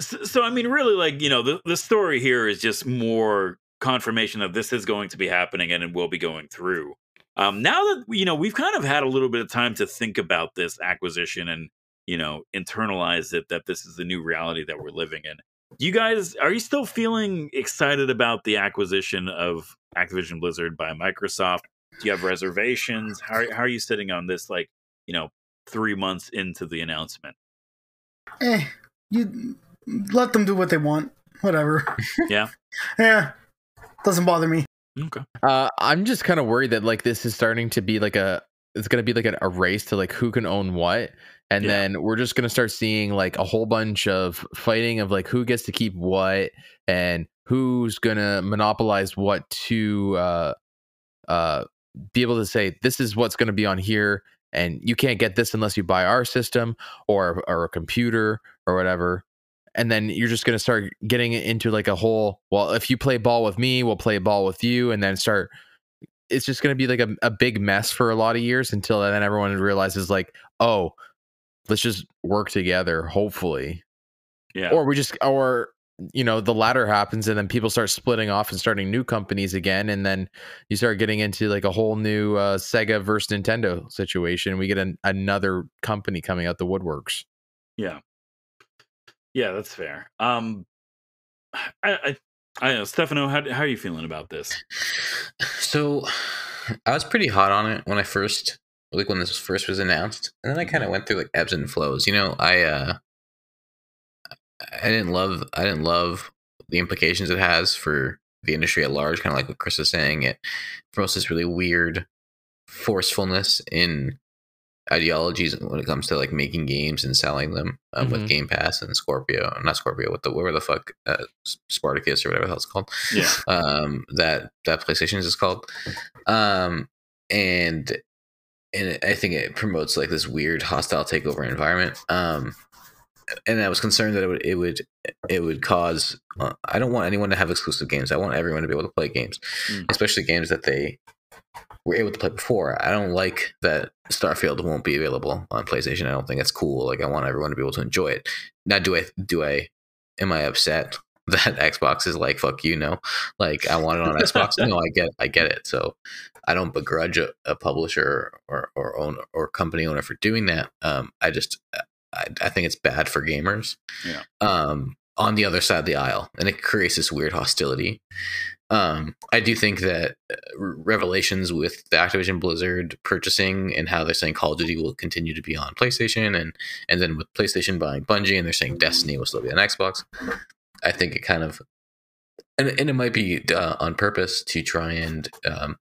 C: so, so I mean, really, like you know, the the story here is just more confirmation of this is going to be happening and it will be going through. Um, now that you know, we've kind of had a little bit of time to think about this acquisition and you know internalize it that this is the new reality that we're living in. You guys, are you still feeling excited about the acquisition of Activision Blizzard by Microsoft? Do you have reservations? How are, how are you sitting on this? Like you know, three months into the announcement.
A: Eh, you let them do what they want. Whatever.
C: Yeah.
A: yeah. Doesn't bother me.
C: Okay.
D: Uh, I'm just kind of worried that like this is starting to be like a it's gonna be like an, a race to like who can own what, and
C: Yeah.
D: then we're just gonna start seeing like a whole bunch of fighting of like who gets to keep what and who's gonna monopolize what to uh uh be able to say this is what's gonna be on here and you can't get this unless you buy our system or or a computer or whatever and then you're just going to start getting into like a whole well if you play ball with me we'll play ball with you and then start it's just going to be like a, a big mess for a lot of years until then everyone realizes like oh let's just work together hopefully
C: Yeah.
D: or we just or you know the latter happens and then people start splitting off and starting new companies again and then you start getting into like a whole new uh, sega versus nintendo situation we get an, another company coming out the woodworks
C: Yeah. Yeah, that's fair. Um I I, I don't know, Stefano, how how are you feeling about this?
B: So I was pretty hot on it when I first like when this first was announced. And then I kinda went through like ebbs and flows. You know, I uh I didn't love I didn't love the implications it has for the industry at large, kinda like what Chris is saying. It promotes this really weird forcefulness in ideologies when it comes to like making games and selling them um,
D: Mhm.
B: with Game Pass and Scorpio, not Scorpio, with the where the fuck uh, Spartacus or whatever the hell it's called
C: Yeah.
B: um that that PlayStation is called um and and I think it promotes like this weird hostile takeover environment um and I was concerned that it would it would it would cause uh, I don't want anyone to have exclusive games I want everyone to be able to play games
C: Mm.
B: especially games that they were able to play before I don't like that Starfield won't be available on PlayStation I don't think that's cool like I want everyone to be able to enjoy it now do I do I am I upset that Xbox is like fuck you no like I want it on Xbox. no, I get I get it. So I don't begrudge a, a publisher or or owner or company owner for doing that. Um, I just I, I think it's bad for gamers.
C: Yeah.
B: Um, on the other side of the aisle, and it creates this weird hostility. Um, I do think that uh, revelations with the Activision Blizzard purchasing and how they're saying Call of Duty will continue to be on PlayStation, and and then with PlayStation buying Bungie, and they're saying Destiny will still be on Xbox. I think it kind of and, and it might be uh, on purpose to try and um,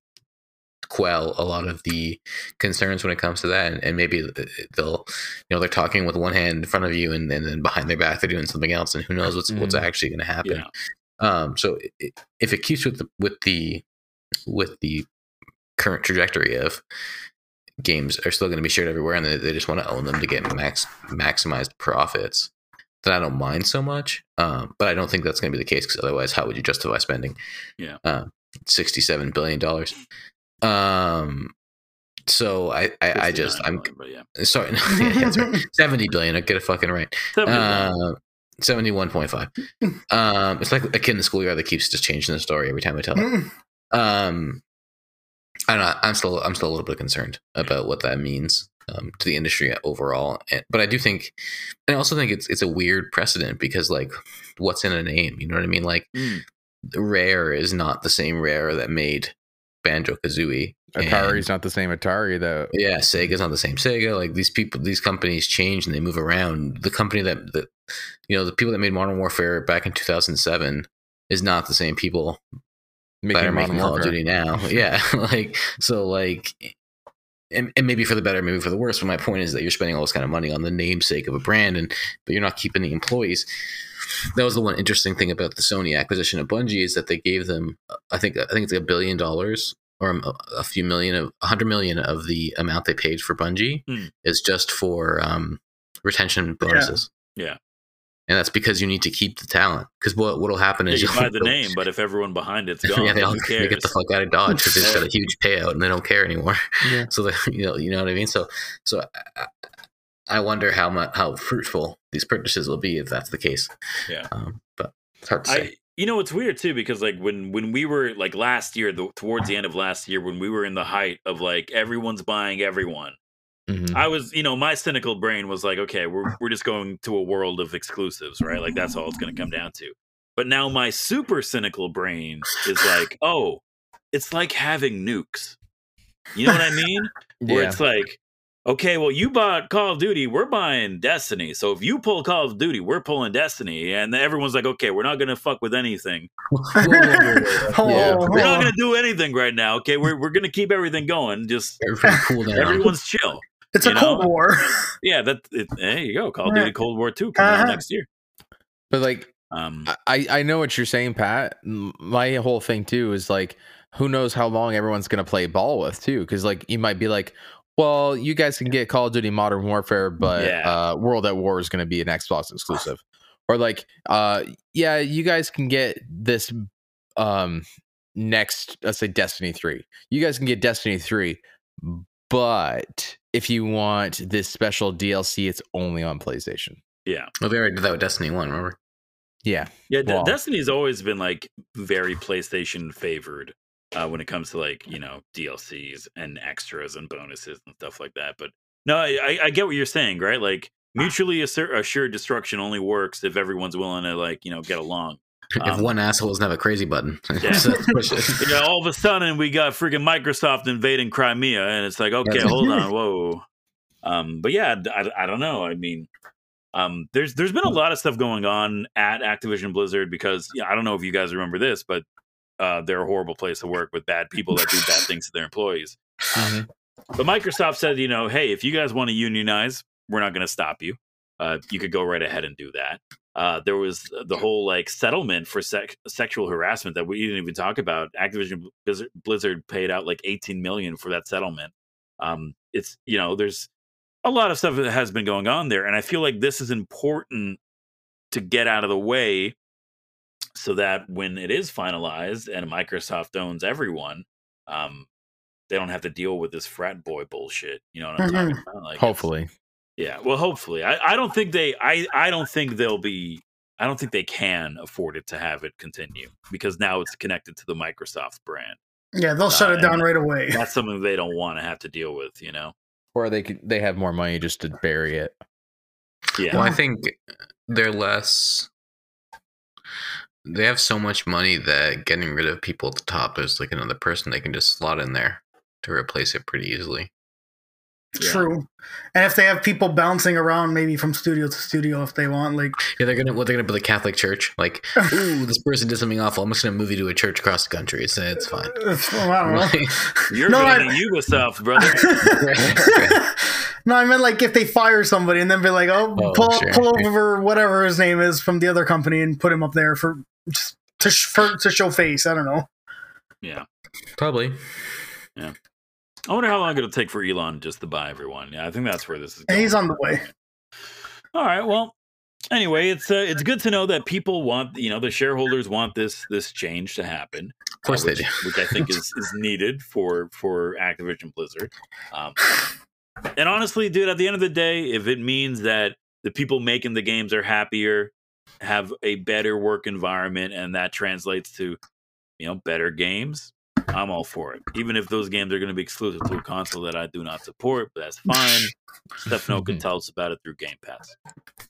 B: quell a lot of the concerns when it comes to that and, and maybe uh, they'll you know they're talking with one hand in front of you and, and then behind their back they're doing something else and who knows what's what's
D: Mhm.
B: actually going to happen
C: Yeah.
B: um, so i- i- if it keeps with the with the with the current trajectory of games are still going to be shared everywhere, and they, they just want to own them to get max maximized profits, then I don't mind so much. Um, but I don't think that's going to be the case because otherwise, how would you justify spending?
C: Yeah.
B: um, sixty-seven billion dollars. Um, so I I, I just
C: 69
B: I'm
C: million, but yeah.
B: sorry, no, yeah, that's right. seventy billion. I get it fucking right.
C: Seventy-one.
B: Uh, 71.5. um, it's like a kid in the schoolyard that keeps just changing the story every time I tell it.
A: Mm-mm.
B: Um, I don't know. I'm still I'm still a little bit concerned about what that means. um, to the industry overall. And, but I do think, and I also think it's it's a weird precedent because like, what's in a name? You know what I mean? Like,
C: Mm.
B: Rare is not the same Rare that made Banjo Kazooie.
D: Atari's not the same Atari that
B: Yeah, Sega's not the same Sega. Like these people, these companies change and they move around. The company that that you know, the people that made Modern Warfare back in 2007 is not the same people that are making
D: making Modern
B: Call of
D: Warfare.
B: Duty now. Yeah, like so, like, and, and maybe for the better, maybe for the worse. But my point is that you're spending all this kind of money on the namesake of a brand, and but you're not keeping the employees. That was the one interesting thing about the Sony acquisition of Bungie is that they gave them, I think, I think it's like a billion dollars or a, a few million of a hundred million of the amount they paid for Bungie
C: Hmm.
B: is just for um, retention bonuses.
C: Yeah.
B: And that's because you need to keep the talent. Because what what'll happen
C: They
B: is
C: can
B: you'll-
C: buy the name, but if everyone behind it's gone,
B: yeah, they all
C: who
B: they get
C: cares?
B: the fuck out of Dodge because they just got
C: Yeah.
B: a huge payout and they don't care anymore.
D: Yeah.
B: So they, you know, you know what I mean. So, so I, I wonder how much how fruitful these purchases will be if that's the case.
C: Yeah.
B: um, but it's hard to say.
C: I, you know, it's weird too because like when when we were like last year, the, towards the end of last year, when we were in the height of like everyone's buying everyone,
B: Mm-hmm.
D: Mhm.
C: I was, you know, my cynical brain was like, okay, we're we're just going to a world of exclusives, right? Like that's all it's going to come down to. But now my super cynical brain is like, oh, it's like having nukes. You know what I mean? Where
D: Yeah.
C: it's like, okay, well, you bought Call of Duty, we're buying Destiny. So if you pull Call of Duty, we're pulling Destiny, and everyone's like, okay, we're not going to fuck with anything.
B: Whoa, whoa, whoa, whoa.
A: Hold
B: Yeah.
A: on, hold
C: We're not
A: on.
C: going to do anything right now. Okay, we're we're going to keep everything going. Just
B: Everybody cool down.
C: everyone's chill.
A: It's a
C: you know?
A: Cold War.
C: Yeah, that it, there you go. Call of
A: Yeah.
C: Duty Cold War Two coming out
A: Uh-huh.
C: next year.
D: But like
C: Um,
D: I, I know what you're saying, Pat. M- My whole thing too is like, who knows how long everyone's gonna play ball with too? Because like, you might be like, well, you guys can get Call of Duty Modern Warfare, but
C: Yeah.
D: uh, World at War is gonna be an Xbox exclusive, or like, uh, yeah, you guys can get this, um, next, let's say Destiny three. You guys can get Destiny three, but if you want this special DLC, it's only on PlayStation.
B: Well, they already did that with Destiny One. Remember?
D: Yeah,
C: yeah, De-
D: Wow.
C: Destiny's always been like very PlayStation favored uh, when it comes to like you know DLCs and extras and bonuses and stuff like that. But no, I, I, I get what you're saying, right? Like mutually assur- assured destruction only works if everyone's willing to like you know get along.
B: if
C: Um,
B: one asshole doesn't have a crazy button,
C: Yeah.
B: so push it.
C: Yeah, all of a sudden we got freaking Microsoft invading Crimea, and it's like, okay,
B: That's-
C: hold on, whoa. Um, but yeah, I, I- I don't know. I mean, um, there's there's been a lot of stuff going on at Activision Blizzard because yeah, I don't know if you guys remember this, but uh, they're a horrible place to work with bad people that do bad things to their employees.
B: Mm-hmm.
C: But Microsoft said, you know, hey, if you guys want to unionize, we're not going to stop you. Uh, you could go right ahead and do that. Uh, there was the whole like settlement for sec- sexual harassment that we didn't even talk about. Activision Blizzard, Blizzard paid out like 18 million for that settlement. Um, it's you know, there's a lot of stuff that has been going on there, and I feel like this is important to get out of the way so that when it is finalized and Microsoft owns everyone, um, they don't have to deal with this frat boy bullshit. You know what I'm talking about? Like, it's-
D: hopefully.
C: yeah, well, hopefully. I, I don't think they. I I don't think they'll be. I don't think they can afford it to have it continue because now it's connected to the Microsoft brand.
A: Yeah, they'll shut it down right away.
C: That's something they don't want to have to deal with. You know.
D: or they could they have more money just to bury it.
C: Yeah.
B: Well, I think they're less. They have so much money that getting rid of people at the top, there's like another person they can just slot in there to replace it pretty easily.
C: Yeah.
A: True. And if they have people bouncing around, maybe from studio to studio, if they want, like
B: Yeah, they're gonna what they're gonna put the Catholic Church like, ooh, this person did something awful. I'm just gonna move you to a church across the country. It's it's fine.
A: I don't know.
C: You're
A: No,
C: going to Ubisoft, brother.
A: no, I meant like if they fire somebody and then be like, oh,
B: Oh,
A: pull,
B: sure.
A: pull over whatever his name is from the other company and put him up there for just to sh- for, to show face. I don't know.
C: Yeah.
B: Probably.
C: I wonder how long it'll take for Elon just to buy everyone. Yeah, I think that's where this is. Going.
A: He's on the way.
C: All right. Well, anyway, it's uh, it's good to know that people want you know the shareholders want this this change to happen.
B: Of course
C: uh,
B: they
C: which,
B: do.
C: which I think is is needed for for Activision Blizzard. Um, and honestly, dude, at the end of the day, if it means that the people making the games are happier, have a better work environment, and that translates to you know better games, I'm all for it. Even if those games are going to be exclusive to a console that I do not support, but that's fine. Stefano can tell us about it through Game Pass.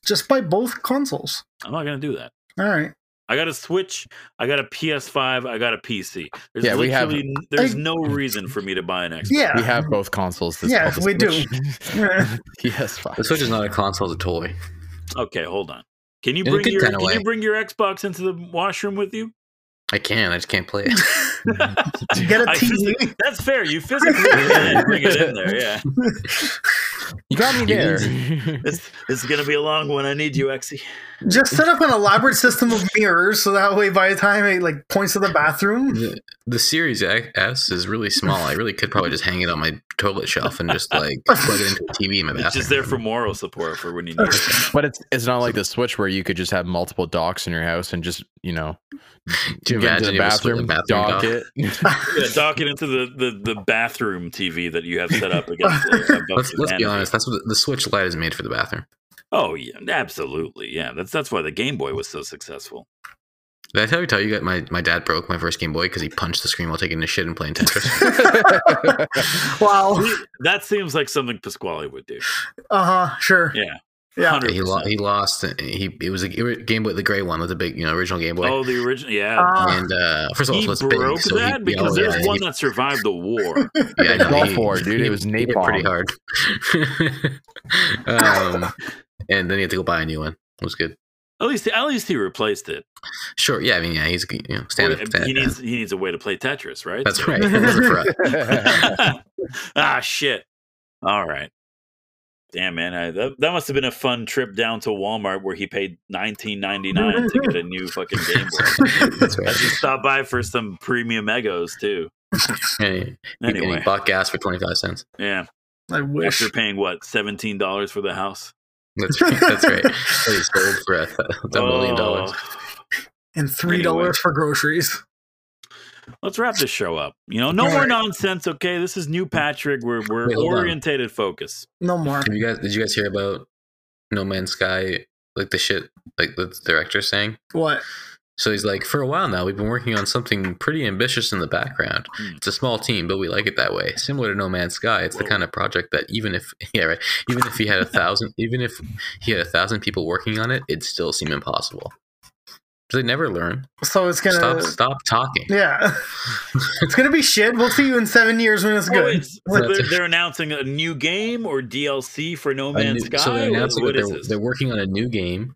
A: Just buy both consoles.
C: I'm not going to do that.
A: All right.
C: I got a Switch. I got a PS5. I got a PC. There's
D: Yeah, we have-
C: literally- There's no reason for me to buy an Xbox.
A: Yeah.
D: We have both consoles. This
A: Yeah,
D: called the
A: we do.
D: Switch. yes, fine.
B: The Switch is not a console; it's a toy.
C: Okay, hold on. Can you
B: In a
C: bring
B: good
C: your
B: kinda
C: Can
B: way.
C: you bring your Xbox into the washroom with you?
B: I can. I just can't play it.
A: Get a
C: I
A: TV.
C: physically- that's fair. You physically can bring it in there. Yeah,
D: You got me there.
C: this, this is gonna be a long one. I need you, E. Exy.
A: Just set up an elaborate system of mirrors so that way by the time it like points to the bathroom,
B: the, the Series S is really small. I really could probably just hang it on my toilet shelf and just like plug it into a TV in my bathroom.
C: It's just there for moral support for when you need it.
D: but it's it's not like the Switch where you could just have multiple docks in your house and just you know
B: Do you
D: get into
B: imagine
D: the
B: it was
D: bathroom,
B: with a bathroom
D: dock
B: dock?
D: it.
C: Yeah, dock it into the, the, the bathroom TV that you have set up against. Uh, above
B: Let's, let's
C: the
B: be
C: vanity.
B: honest. That's what the, the Switch Lite is made for the bathroom.
C: Oh yeah, absolutely. Yeah, that's that's why the Game Boy was so successful.
B: Did I tell you, tell you that my, my dad broke my first Game Boy because he punched the screen while taking a shit and playing Tetris?
A: wow.
C: That seems like something Pasquale would do.
A: Uh huh. Sure.
C: Yeah.
A: Yeah.
B: he, lo-
C: 100%.
B: he lost. and He it was a it was Game Boy, the gray one with the big, you know, original Game Boy.
C: Oh, the original. Yeah.
A: Uh,
B: and uh, first of all,
C: he
B: so it's
C: broke
B: big, so he-
C: that
B: yeah,
C: because
B: oh,
C: there's
B: yeah,
C: one that survived the war.
B: he- yeah, no,
D: Go
B: he-
D: for it, dude.
B: he-
D: It was
B: he hit pretty
D: napalm.
B: hard. um, and then you have to go buy a new one. It was good.
C: at least, at least he replaced it.
B: Sure. Yeah. I mean, yeah. He's you know stand up.
C: he needs, he needs a way to play Tetris, right?
B: That's right. It wasn't for us.
C: ah, shit. All right. Damn, man. I, that, that must have been a fun trip down to Walmart where he paid nineteen ninety nine to get a new fucking Game Boy.
B: That's
C: I
B: right.
C: should stop by for some premium Egos, too.
B: And he, and he
C: Anyway,
B: bought gas for twenty five cents.
C: yeah.
A: I wish.
C: After paying, what, $17 for the house?
B: That's right. That's right. But he sold for a, a
C: Oh.
B: million dollars.
A: And three dollars
C: Anyway.
A: for groceries.
C: Let's wrap this show up. You know, no
A: All
C: more
A: right.
C: nonsense. Okay, this is new Patrick. We're we're
B: Wait, hold on.
C: orientated focus.
A: No more.
B: Have you guys? Did you guys hear about No Man's Sky? Like the shit, like the director's saying.
A: What?
B: So he's like, for a while now, we've been working on something pretty ambitious in the background.
C: Hmm.
B: It's a small team, but we like it that way. Similar to No Man's Sky, it's
C: Whoa.
B: the kind of project that even if yeah right, even if he had a thousand, even if he had a thousand people working on it, it'd still seem impossible. So They never learn.
A: So it's gonna.
B: Stop, stop talking.
A: Yeah. it's gonna be shit. We'll see you in seven years when it's
C: Oh,
A: good.
C: it's- so they're, they're announcing a new game or DLC for No
B: A
C: Man's
B: new-
C: Sky.
B: So they're
C: What-
B: announcing
C: what
B: that
C: is
B: they're,
C: this?
B: they're working on a new game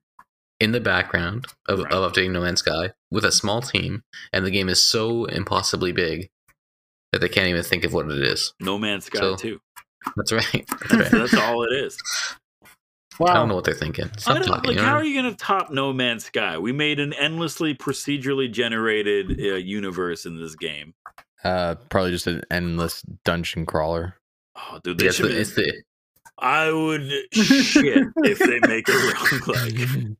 B: in the background of,
C: Right.
B: of updating No Man's Sky with a small team, and the game is so impossibly big that they can't even think of what it is.
C: No Man's Sky
B: So-
C: too.
B: That's right. That's
C: That's,
B: right.
C: that's all it is.
B: I don't know
A: wow.
B: what they're thinking. Stop
C: I don't,
B: talking.
C: like,
B: you
C: how
B: know?
C: are you going to top No Man's Sky? We made an endlessly procedurally generated uh, universe in this game.
D: Uh, probably just an endless dungeon crawler.
C: Oh, dude, they
B: Yeah, it's,
C: should.
B: the, it's the
C: I would shit if they make a roguelike.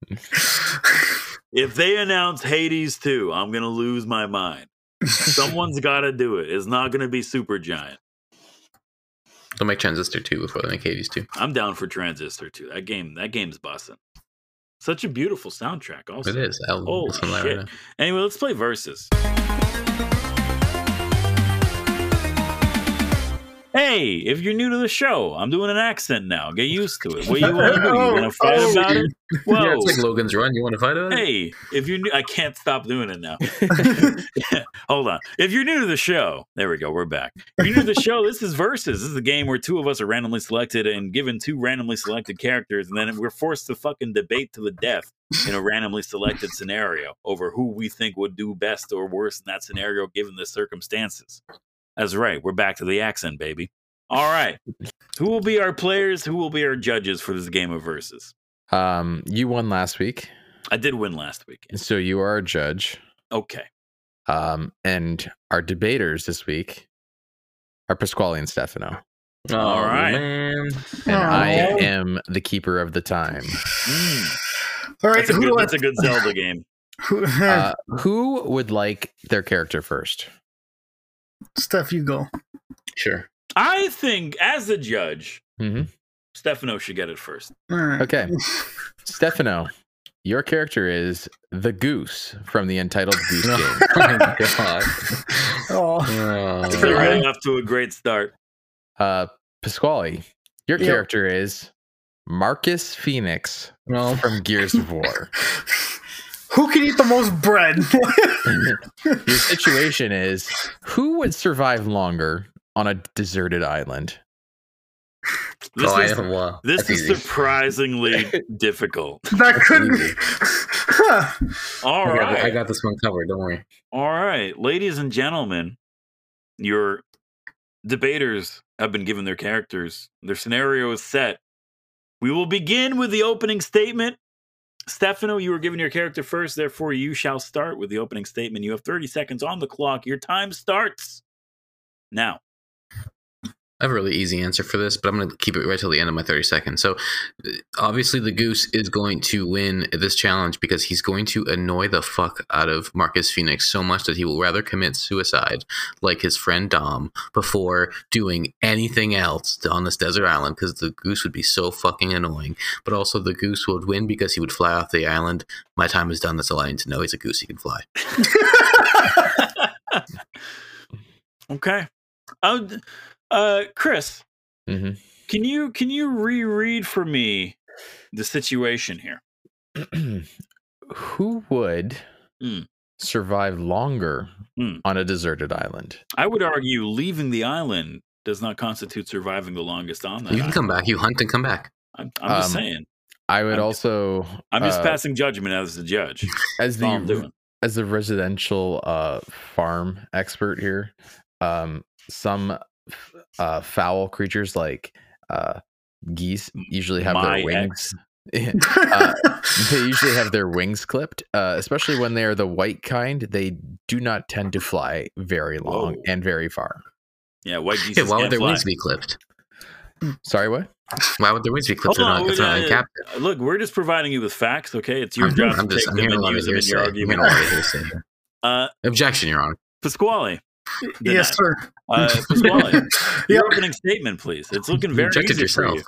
C: If they announce Hades 2, I'm going to lose my mind. Someone's got to do it. It's not going to be super giant.
B: they'll make Transistor two before they make Hades two.
C: I'm down for Transistor 2. That game that game's bussin'. Such a beautiful soundtrack also.
B: It is. I'll
C: Holy
B: listen to that
C: shit.
B: right now.
C: Anyway, let's play versus. Hey, if you're new to the show, I'm doing an accent now. Get used to it. What you want to do? You want to fight
A: Oh,
C: about it? Whoa.
B: Yeah, it's like Logan's Run. You want to fight about it?
C: Hey, if you're new, I can't stop doing it now. Hold on. If you're new to the show, there we go. We're back. If you're new to the show, this is Versus. This is a game where two of us are randomly selected and given two randomly selected characters, and then we're forced to fucking debate to the death in a randomly selected scenario over who we think would do best or worse in that scenario given the circumstances. That's right. We're back to the accent, baby. All right. Who will be our players? Who will be our judges for this game of Versus?
D: Um, you won last week,
C: I did win last weekend.
D: so you are a judge.
C: Okay.
D: Um, and our debaters this week are Pasquale and Stefano,
C: All
B: Oh,
C: right.
B: man.
D: and
A: Oh.
D: I
A: Aw.
D: am the keeper of the time.
C: Mm.
A: All right.
C: That's a
A: Who,
C: good,
A: wants-
C: that's a good Zelda game.
A: who,
D: Uh, who would like their character first?
A: stuff you go.
B: Sure.
C: I think, as a judge,
D: Mhm.
C: Stefano should get it first.
A: All right.
D: Okay, Stefano, your character is the goose from the Entitled Goose
B: No.
D: game.
B: Oh my God.
A: Oh, Oh,
B: That's
A: pretty
C: They're
A: good.
C: off to a great start.
D: Uh, Pasquale, your
A: Yep.
D: character is Marcus Phoenix
A: Oh.
B: No.
D: from Gears of War.
A: who can eat the most bread?
D: Your situation is who would survive longer on a deserted island?
C: This
B: oh, I
C: is,
B: don't want.
C: this
B: that's
C: is
B: easy.
C: surprisingly difficult.
A: that could be.
B: Easy.
A: Huh.
C: All
B: I, got, I
C: right.
B: got this one covered. Don't worry.
C: All right. Ladies and gentlemen, your debaters have been given their characters. Their scenario is set. We will begin with the opening statement. Stefano, you were given your character first, therefore you shall start with the opening statement. You have 30 seconds on the clock. Your time starts now.
B: I have a really easy answer for this, but I'm going to keep it right till the end of my 30 seconds. So, uh, obviously, the goose is going to win this challenge because he's going to annoy the fuck out of Marcus Phoenix so much that he will rather commit suicide, like his friend Dom, before doing anything else on this desert island because the goose would be so fucking annoying. But also, the goose would win because he would fly off the island. My time is done. That's all I need to know. He's a goose. He can fly.
C: Okay. I would- Uh, Chris,
D: hmm
C: Can you can you reread for me the situation here?
D: who would
C: Mm.
D: survive longer
C: Mm.
D: on a deserted island?
C: I would argue leaving the island does not constitute surviving the longest on that.
B: You can come back. You hunt and come back.
C: I'm, I'm just
D: Um,
C: saying.
D: I would
C: I'm-
D: also
C: I'm just
D: uh,
C: passing judgment as a judge.
D: as
C: That's all I'm
D: the
C: doing.
D: as the residential uh, farm expert here. Um, some uh, foul creatures like uh, geese usually have
C: My
D: their wings.
B: Uh,
D: they usually have their wings clipped, uh, especially when they are the white kind. They do not tend to fly very long
C: Whoa.
D: and very far.
C: Yeah, white geese
B: Yeah, why would
C: can't
B: their
C: fly.
B: wings be clipped?
D: Sorry, what?
B: Why would their wings be clipped? They're
C: Hold on, uh,
B: not,
C: we
B: they're not
C: gotta-
B: capped.
C: Look, we're just providing you with facts. Okay, it's your
B: I'm-
C: job
B: I'm
C: to
B: just-
C: take
B: I'm
C: them
B: hearing a
C: and
B: lot of
C: use them in
B: hearsay.
C: your
B: I'm
C: argument.
B: hearing a lot of hearsay.
C: Uh,
B: Objection, Your Honor.
C: Pasquale,
A: yes, sir.
C: uh, Pasquale,
A: Yep.
C: your opening statement, please. It's looking
B: You
C: very
B: objected
C: easy for
B: yourself.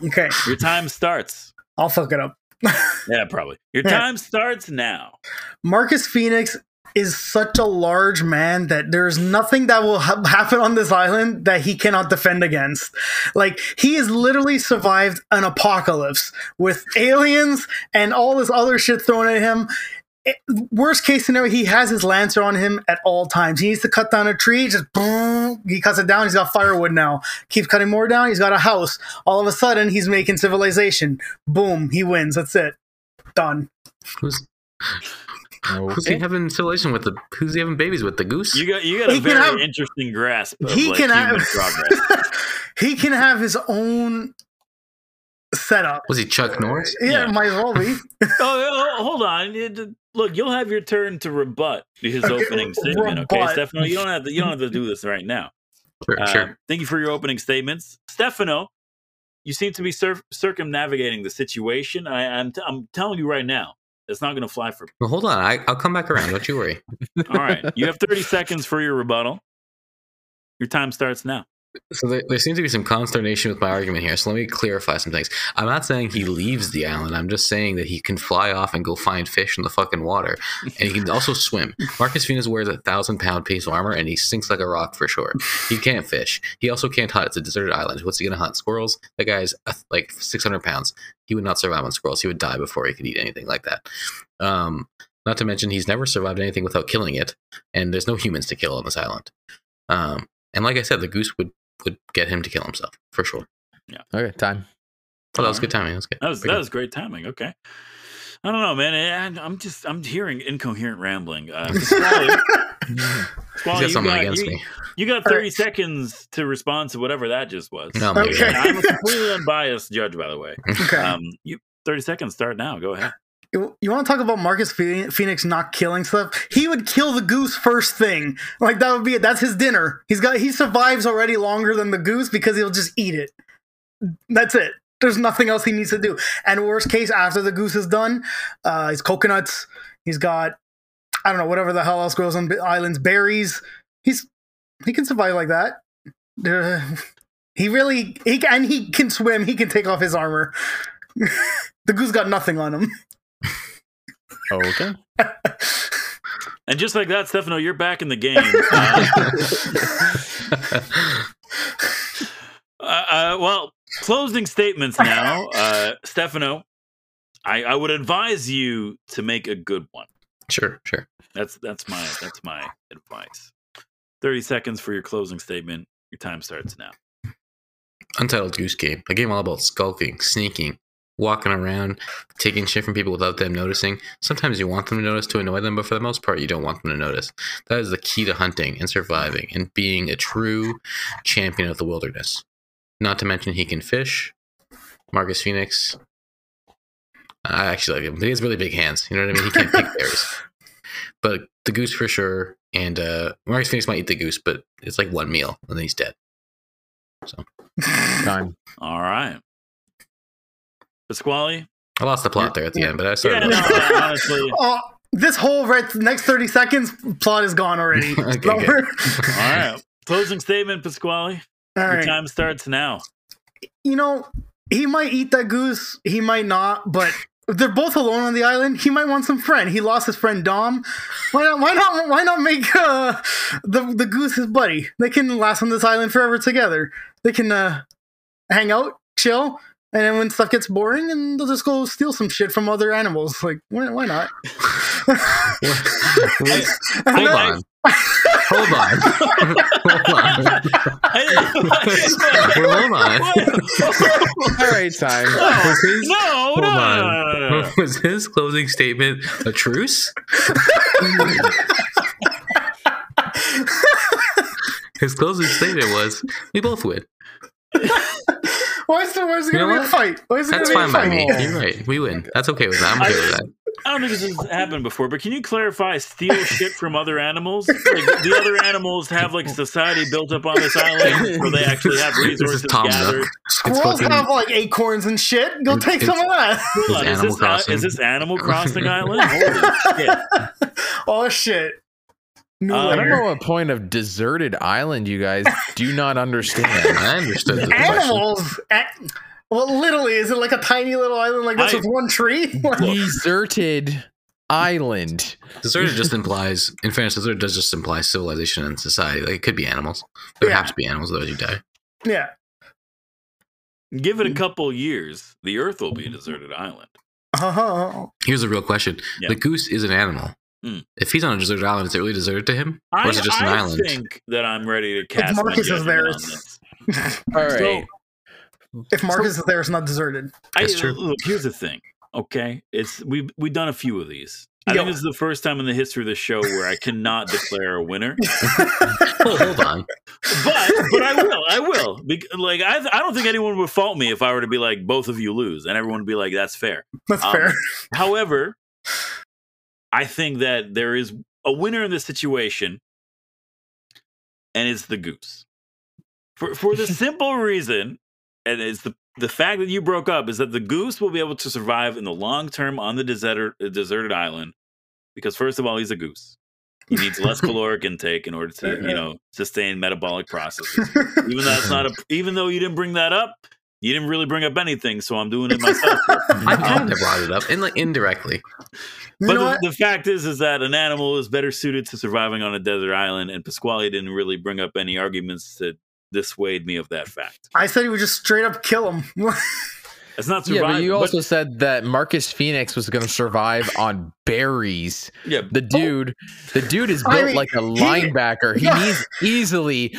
C: you.
A: Okay,
C: Your time starts.
A: I'll fuck it up.
C: Yeah, probably. Your time starts now.
A: Marcus Phoenix is such a large man that there's nothing that will ha- happen on this island that he cannot defend against. Like he has literally survived an apocalypse with aliens and all this other shit thrown at him. It- worst case scenario, he has his lancer on him at all times. He needs to cut down a tree, just boom, he cuts it down. He's got firewood now. Keeps cutting more down. He's got a house. All of a sudden, he's making civilization. Boom, he wins. That's it. Done.
B: Who's, who's he
D: Okay.
B: having installation with? The who's he having babies with? The goose?
C: You got you got a
A: He can
C: very
A: have-
C: interesting grasp. Of,
A: he
C: like,
A: can
C: human
A: have
C: progress.
A: he can have his own setup.
B: Was he Chuck Norris?
A: Yeah,
C: Yeah.
A: might as well be.
C: oh, oh, hold on. It- Look, you'll have your turn to rebut his
A: Okay,
C: opening statement. Okay,
A: rebut.
C: Stefano, you don't have to. You don't have to do this right now.
B: Sure,
C: Uh,
B: sure.
C: Thank you for your opening statements, Stefano. You seem to be cir- circumnavigating the situation. I, I'm, t- I'm telling you right now, it's not going to fly for me.
B: Well, hold on. I, I'll come back around. Don't you worry.
C: All right, you have 30 seconds for your rebuttal. Your time starts now.
B: So there, there seems to be some consternation with my argument here. So let me clarify some things. I'm not saying he leaves the island. I'm just saying that he can fly off and go find fish in the fucking water, and he can also swim. Marcus Venus wears a thousand pound piece of armor, and he sinks like a rock for sure. He can't fish. He also can't hunt. It's a deserted island. What's he gonna hunt? Squirrels? That guy's uh, like 600 pounds. He would not survive on squirrels. He would die before he could eat anything like that. Um, not to mention he's never survived anything without killing it, and there's no humans to kill on this island. Um, and like I said, the goose would would get him to kill himself for sure.
D: Okay, time.
B: Oh, that was good timing. That was good.
C: That was
B: Very
C: that was great timing. Okay. I don't know, man. I, I'm just I'm hearing incoherent rambling. Uh, Pasquale,
B: good.
C: Pasquale,
B: He's got
C: you
B: something
C: got-
B: against
C: you-
B: me.
C: You got
A: All
C: 30
A: right.
C: seconds to respond to whatever that just was.
B: No, my
A: Okay.
B: God.
C: And I'm a completely unbiased judge, by the way.
A: Okay.
C: Um, you 30 seconds. Start now. Go ahead.
A: you you want to talk about Marcus Phe- Phoenix not killing stuff? He would kill the goose first thing. Like that would be it. That's his dinner. He's got he survives already longer than the goose because he'll just eat it. That's it. There's nothing else he needs to do. And worst case, after the goose is done, uh, he's coconuts. He's got I don't know whatever the hell else grows on bi- islands, berries. He's he can survive like that. Uh, he really he can- and he can swim. He can take off his armor. the goose got nothing on him.
D: Okay.
C: And just like that, Stefano, you're back in the game. Uh, uh, uh, well, closing statements now. Uh, Stefano, I, I would advise you to make a good one.
B: sure, sure.
C: That's that's my that's my advice. Thirty seconds for your closing statement. Your time starts now.
B: Untitled Goose Game, a game all about skulking, sneaking, walking around, taking shit from people without them noticing. Sometimes you want them to notice to annoy them, but for the most part, you don't want them to notice. That is the key to hunting and surviving and being a true champion of the wilderness. Not to mention, he can fish. Marcus Phoenix. I actually like him, but he has really big hands. You know what I mean? He can't pick berries. But the goose for sure. And uh, Marcus Phoenix might eat the goose, but it's like one meal and then he's dead.
D: Time.
C: All right, Pasquale.
B: I lost the plot there at the end, but I started.
C: Yeah, no, no, honestly.
A: Oh, this whole right next thirty seconds plot is gone already. It's
B: Okay, good.
A: over.
C: All right, closing statement, Pasquale.
A: All
C: Your
A: right.
C: time starts now.
A: you know, he might eat that goose, he might not, but if they're both alone on the island, he might want some friend. He lost his friend Dom. Why not why not why not make uh, the the goose his buddy? They can last on this island forever together. They can uh, hang out, chill, and then when stuff gets boring and they'll just go steal some shit from other animals. Like why, why not?
B: Wait,
A: And
B: hold
A: then-
B: on. Hold on. hold on. Well, hold on.
D: All right, time.
B: Was his,
C: No,
B: hold
C: no, no, no, no, no,
B: on.
C: no.
B: Was his closing statement a truce? his closing statement was, "We both win.
A: Why is there, why is there
B: You know
A: gonna be a
B: what?
A: fight? Why is there
B: That's
A: gonna
B: fine
A: be a
B: by
A: fight?
B: me. You're right. We win. That's okay with that. I'm okay with that.
C: I don't think this has happened before, but can you clarify steal shit from other animals? Like, the other animals have like society built up on this island where they actually have
B: This is
C: resources
B: Tom
C: gathered.
B: Nook. It's
A: Squirrels
B: fucking
A: have like acorns and shit. Go
B: It's-
A: take some of that.
C: Hold on,
B: This
C: is,
B: is
C: this,
B: Animal
C: uh, is
B: Crossing.
C: this Animal Crossing Island? Holy shit.
A: oh shit. New
C: Uh,
D: I don't
A: layer.
D: know what point of deserted island you guys do not understand.
B: I understood the question.
A: animals. A- well, literally, is it like a tiny little island like this
C: I-
A: with one tree? Like,
D: deserted island.
B: Deserted just implies, in fairness, deserted does just imply civilization and society. Like it could be animals. There
A: Yeah.
B: have to be animals, otherwise you die.
A: yeah.
C: Give it a couple years, the Earth will be a deserted island.
A: Oh,
B: Here's a real question:
C: Yeah.
B: The goose is an animal.
C: Hmm.
B: If he's on a deserted island, is it really deserted to him, or
C: I,
B: is it just an
C: I
B: island?
C: think that I'm ready to cast my
A: Marcus is
C: judgment
A: there,
C: on
A: it's-
C: this.
D: All right.
A: if Marcus is there, it's not deserted.
C: I,
B: That's true.
C: Look, here's the thing. Okay, it's we've we've done a few of these. I
A: Yeah.
C: think this is the first time in the history of the show where I cannot declare a winner,
B: Oh, hold on.
C: but but I will, I will. Bec- like I, I don't think anyone would fault me if I were to be like both of you lose, and everyone would be like that's fair.
A: That's
C: Um,
A: fair.
C: However, I think that there is a winner in this situation, and it's the goose. For for the simple reason, and it's the the fact that you broke up is that the goose will be able to survive in the long term on the deserted deserted island, because first of all, he's a goose. He needs less caloric intake in order to you know sustain metabolic processes. Even though that's not a, even though you didn't bring that up, you didn't really bring up anything. So I'm doing it myself.
B: I kind of brought it up, in like indirectly.
A: you
C: But
A: know
C: the,
A: what?
C: the fact is, is that an animal is better suited to surviving on a desert island, and Pasquale didn't really bring up any arguments to dissuade me of that fact.
A: I said he would just straight up kill him.
C: It's not
D: Yeah,
C: surviving.
D: but you
C: but-
D: also said that Marcus Phoenix was going to survive on berries.
C: yeah,
D: The dude, the dude is
A: Oh. I
D: built
A: mean,
D: like a
A: he-
D: linebacker. He
A: Yeah.
D: needs easily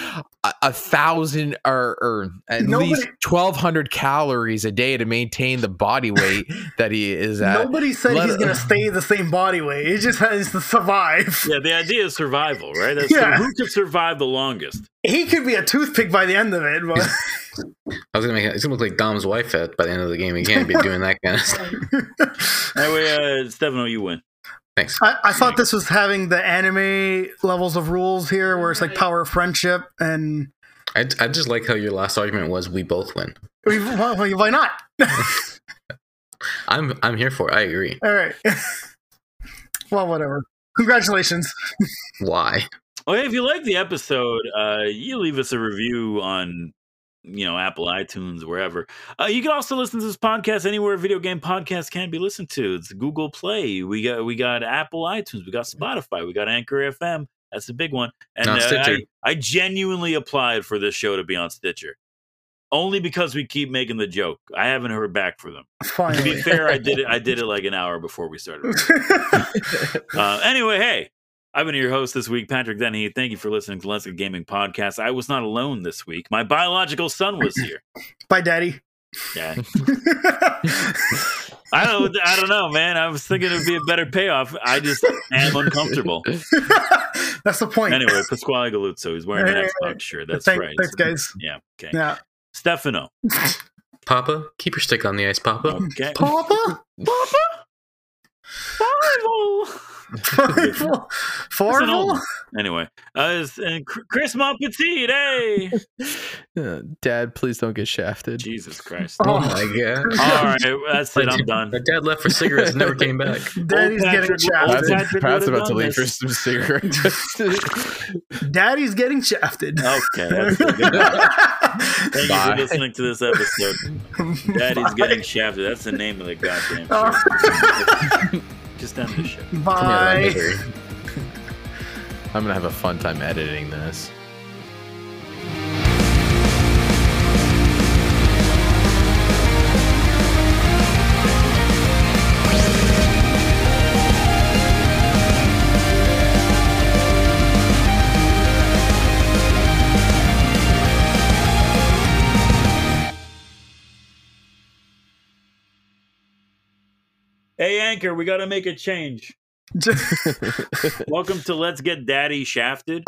D: a, a thousand or, or at
A: Nobody-
D: least twelve hundred calories a day to maintain the body weight that he is at.
A: Nobody said
D: let-
A: he's gonna stay the same body weight. He just has to survive.
C: yeah. The idea is survival, right? That's
A: Yeah.
C: who could survive the longest.
A: He could be a toothpick by the end of it. But
B: I was gonna make it. It's gonna look like Dom's wife at by the end of the game. He can't be doing that kind of stuff.
C: Anyway, uh, Stefano, you win.
B: Thanks.
A: I, I thought this was having the anime levels of rules here, where it's like power of friendship and
B: I, I just like how your last argument was we both win.
A: why why not?
B: I'm I'm here for. It. I agree.
A: All right. well, whatever. Congratulations.
B: Why?
C: Oh, hey, if you like the episode, uh, you leave us a review on you know, Apple iTunes, wherever. Uh, you can also listen to this podcast anywhere video game podcasts can be listened to. It's Google Play. We got we got Apple iTunes. We got Spotify. We got Anchor FM. That's the big one. And
B: On
C: uh,
B: Stitcher.
C: I, I genuinely applied for this show to be on Stitcher, only because we keep making the joke. I haven't heard back from them. To be
A: Finally.
C: fair, I did it. I did it like an hour before we started. Uh, anyway, hey, I've been your host this week, Patrick Dennehy. Thank you for listening to Let's Get Gaming Podcast. I was not alone this week. My biological son was here.
A: Bye, Daddy.
C: Yeah, I don't. I don't know, man. I was thinking it'd be a better payoff. I just am uncomfortable.
A: That's the point.
C: Anyway, Pasquale Galuzzo. He's wearing an
A: Hey,
C: Xbox shirt. That's
A: Thank-
C: right.
A: Thanks, guys.
C: Yeah. Okay.
A: Yeah.
C: Stefano.
B: Papa, keep your stick on the ice, Papa.
C: Okay.
A: Papa?
C: Papa. Bible.
A: Farvel?
C: It's an old
A: Farvel?
C: one. Anyway, uh, it's- and Chr- Chris Montpetit. Hey.
D: Uh, Dad, please don't get shafted.
C: Jesus Christ.
B: Oh
A: Oh,
B: my god.
C: All right, that's it. I'm done.
B: My dad left for cigarettes and never came back.
A: Daddy's
C: Old
A: getting
C: Patrick- old
A: shafted.
C: Patrick-
D: Pat's,
C: Patrick
D: Pat's
C: would've
D: about to
C: done
D: leave for
C: this.
D: some cigarettes.
A: Daddy's getting shafted.
C: Okay. That's it. Good night. Thank you
D: Bye.
C: for listening to this episode. Daddy's getting shafted. That's the name of the goddamn
A: All
C: show. Just end the show.
B: Come here, let me
A: Bye.
B: hear you.
D: I'm gonna have a fun time editing this.
C: Hey, Anchor, we got to make a change. Welcome to Let's Get Daddy Shafted.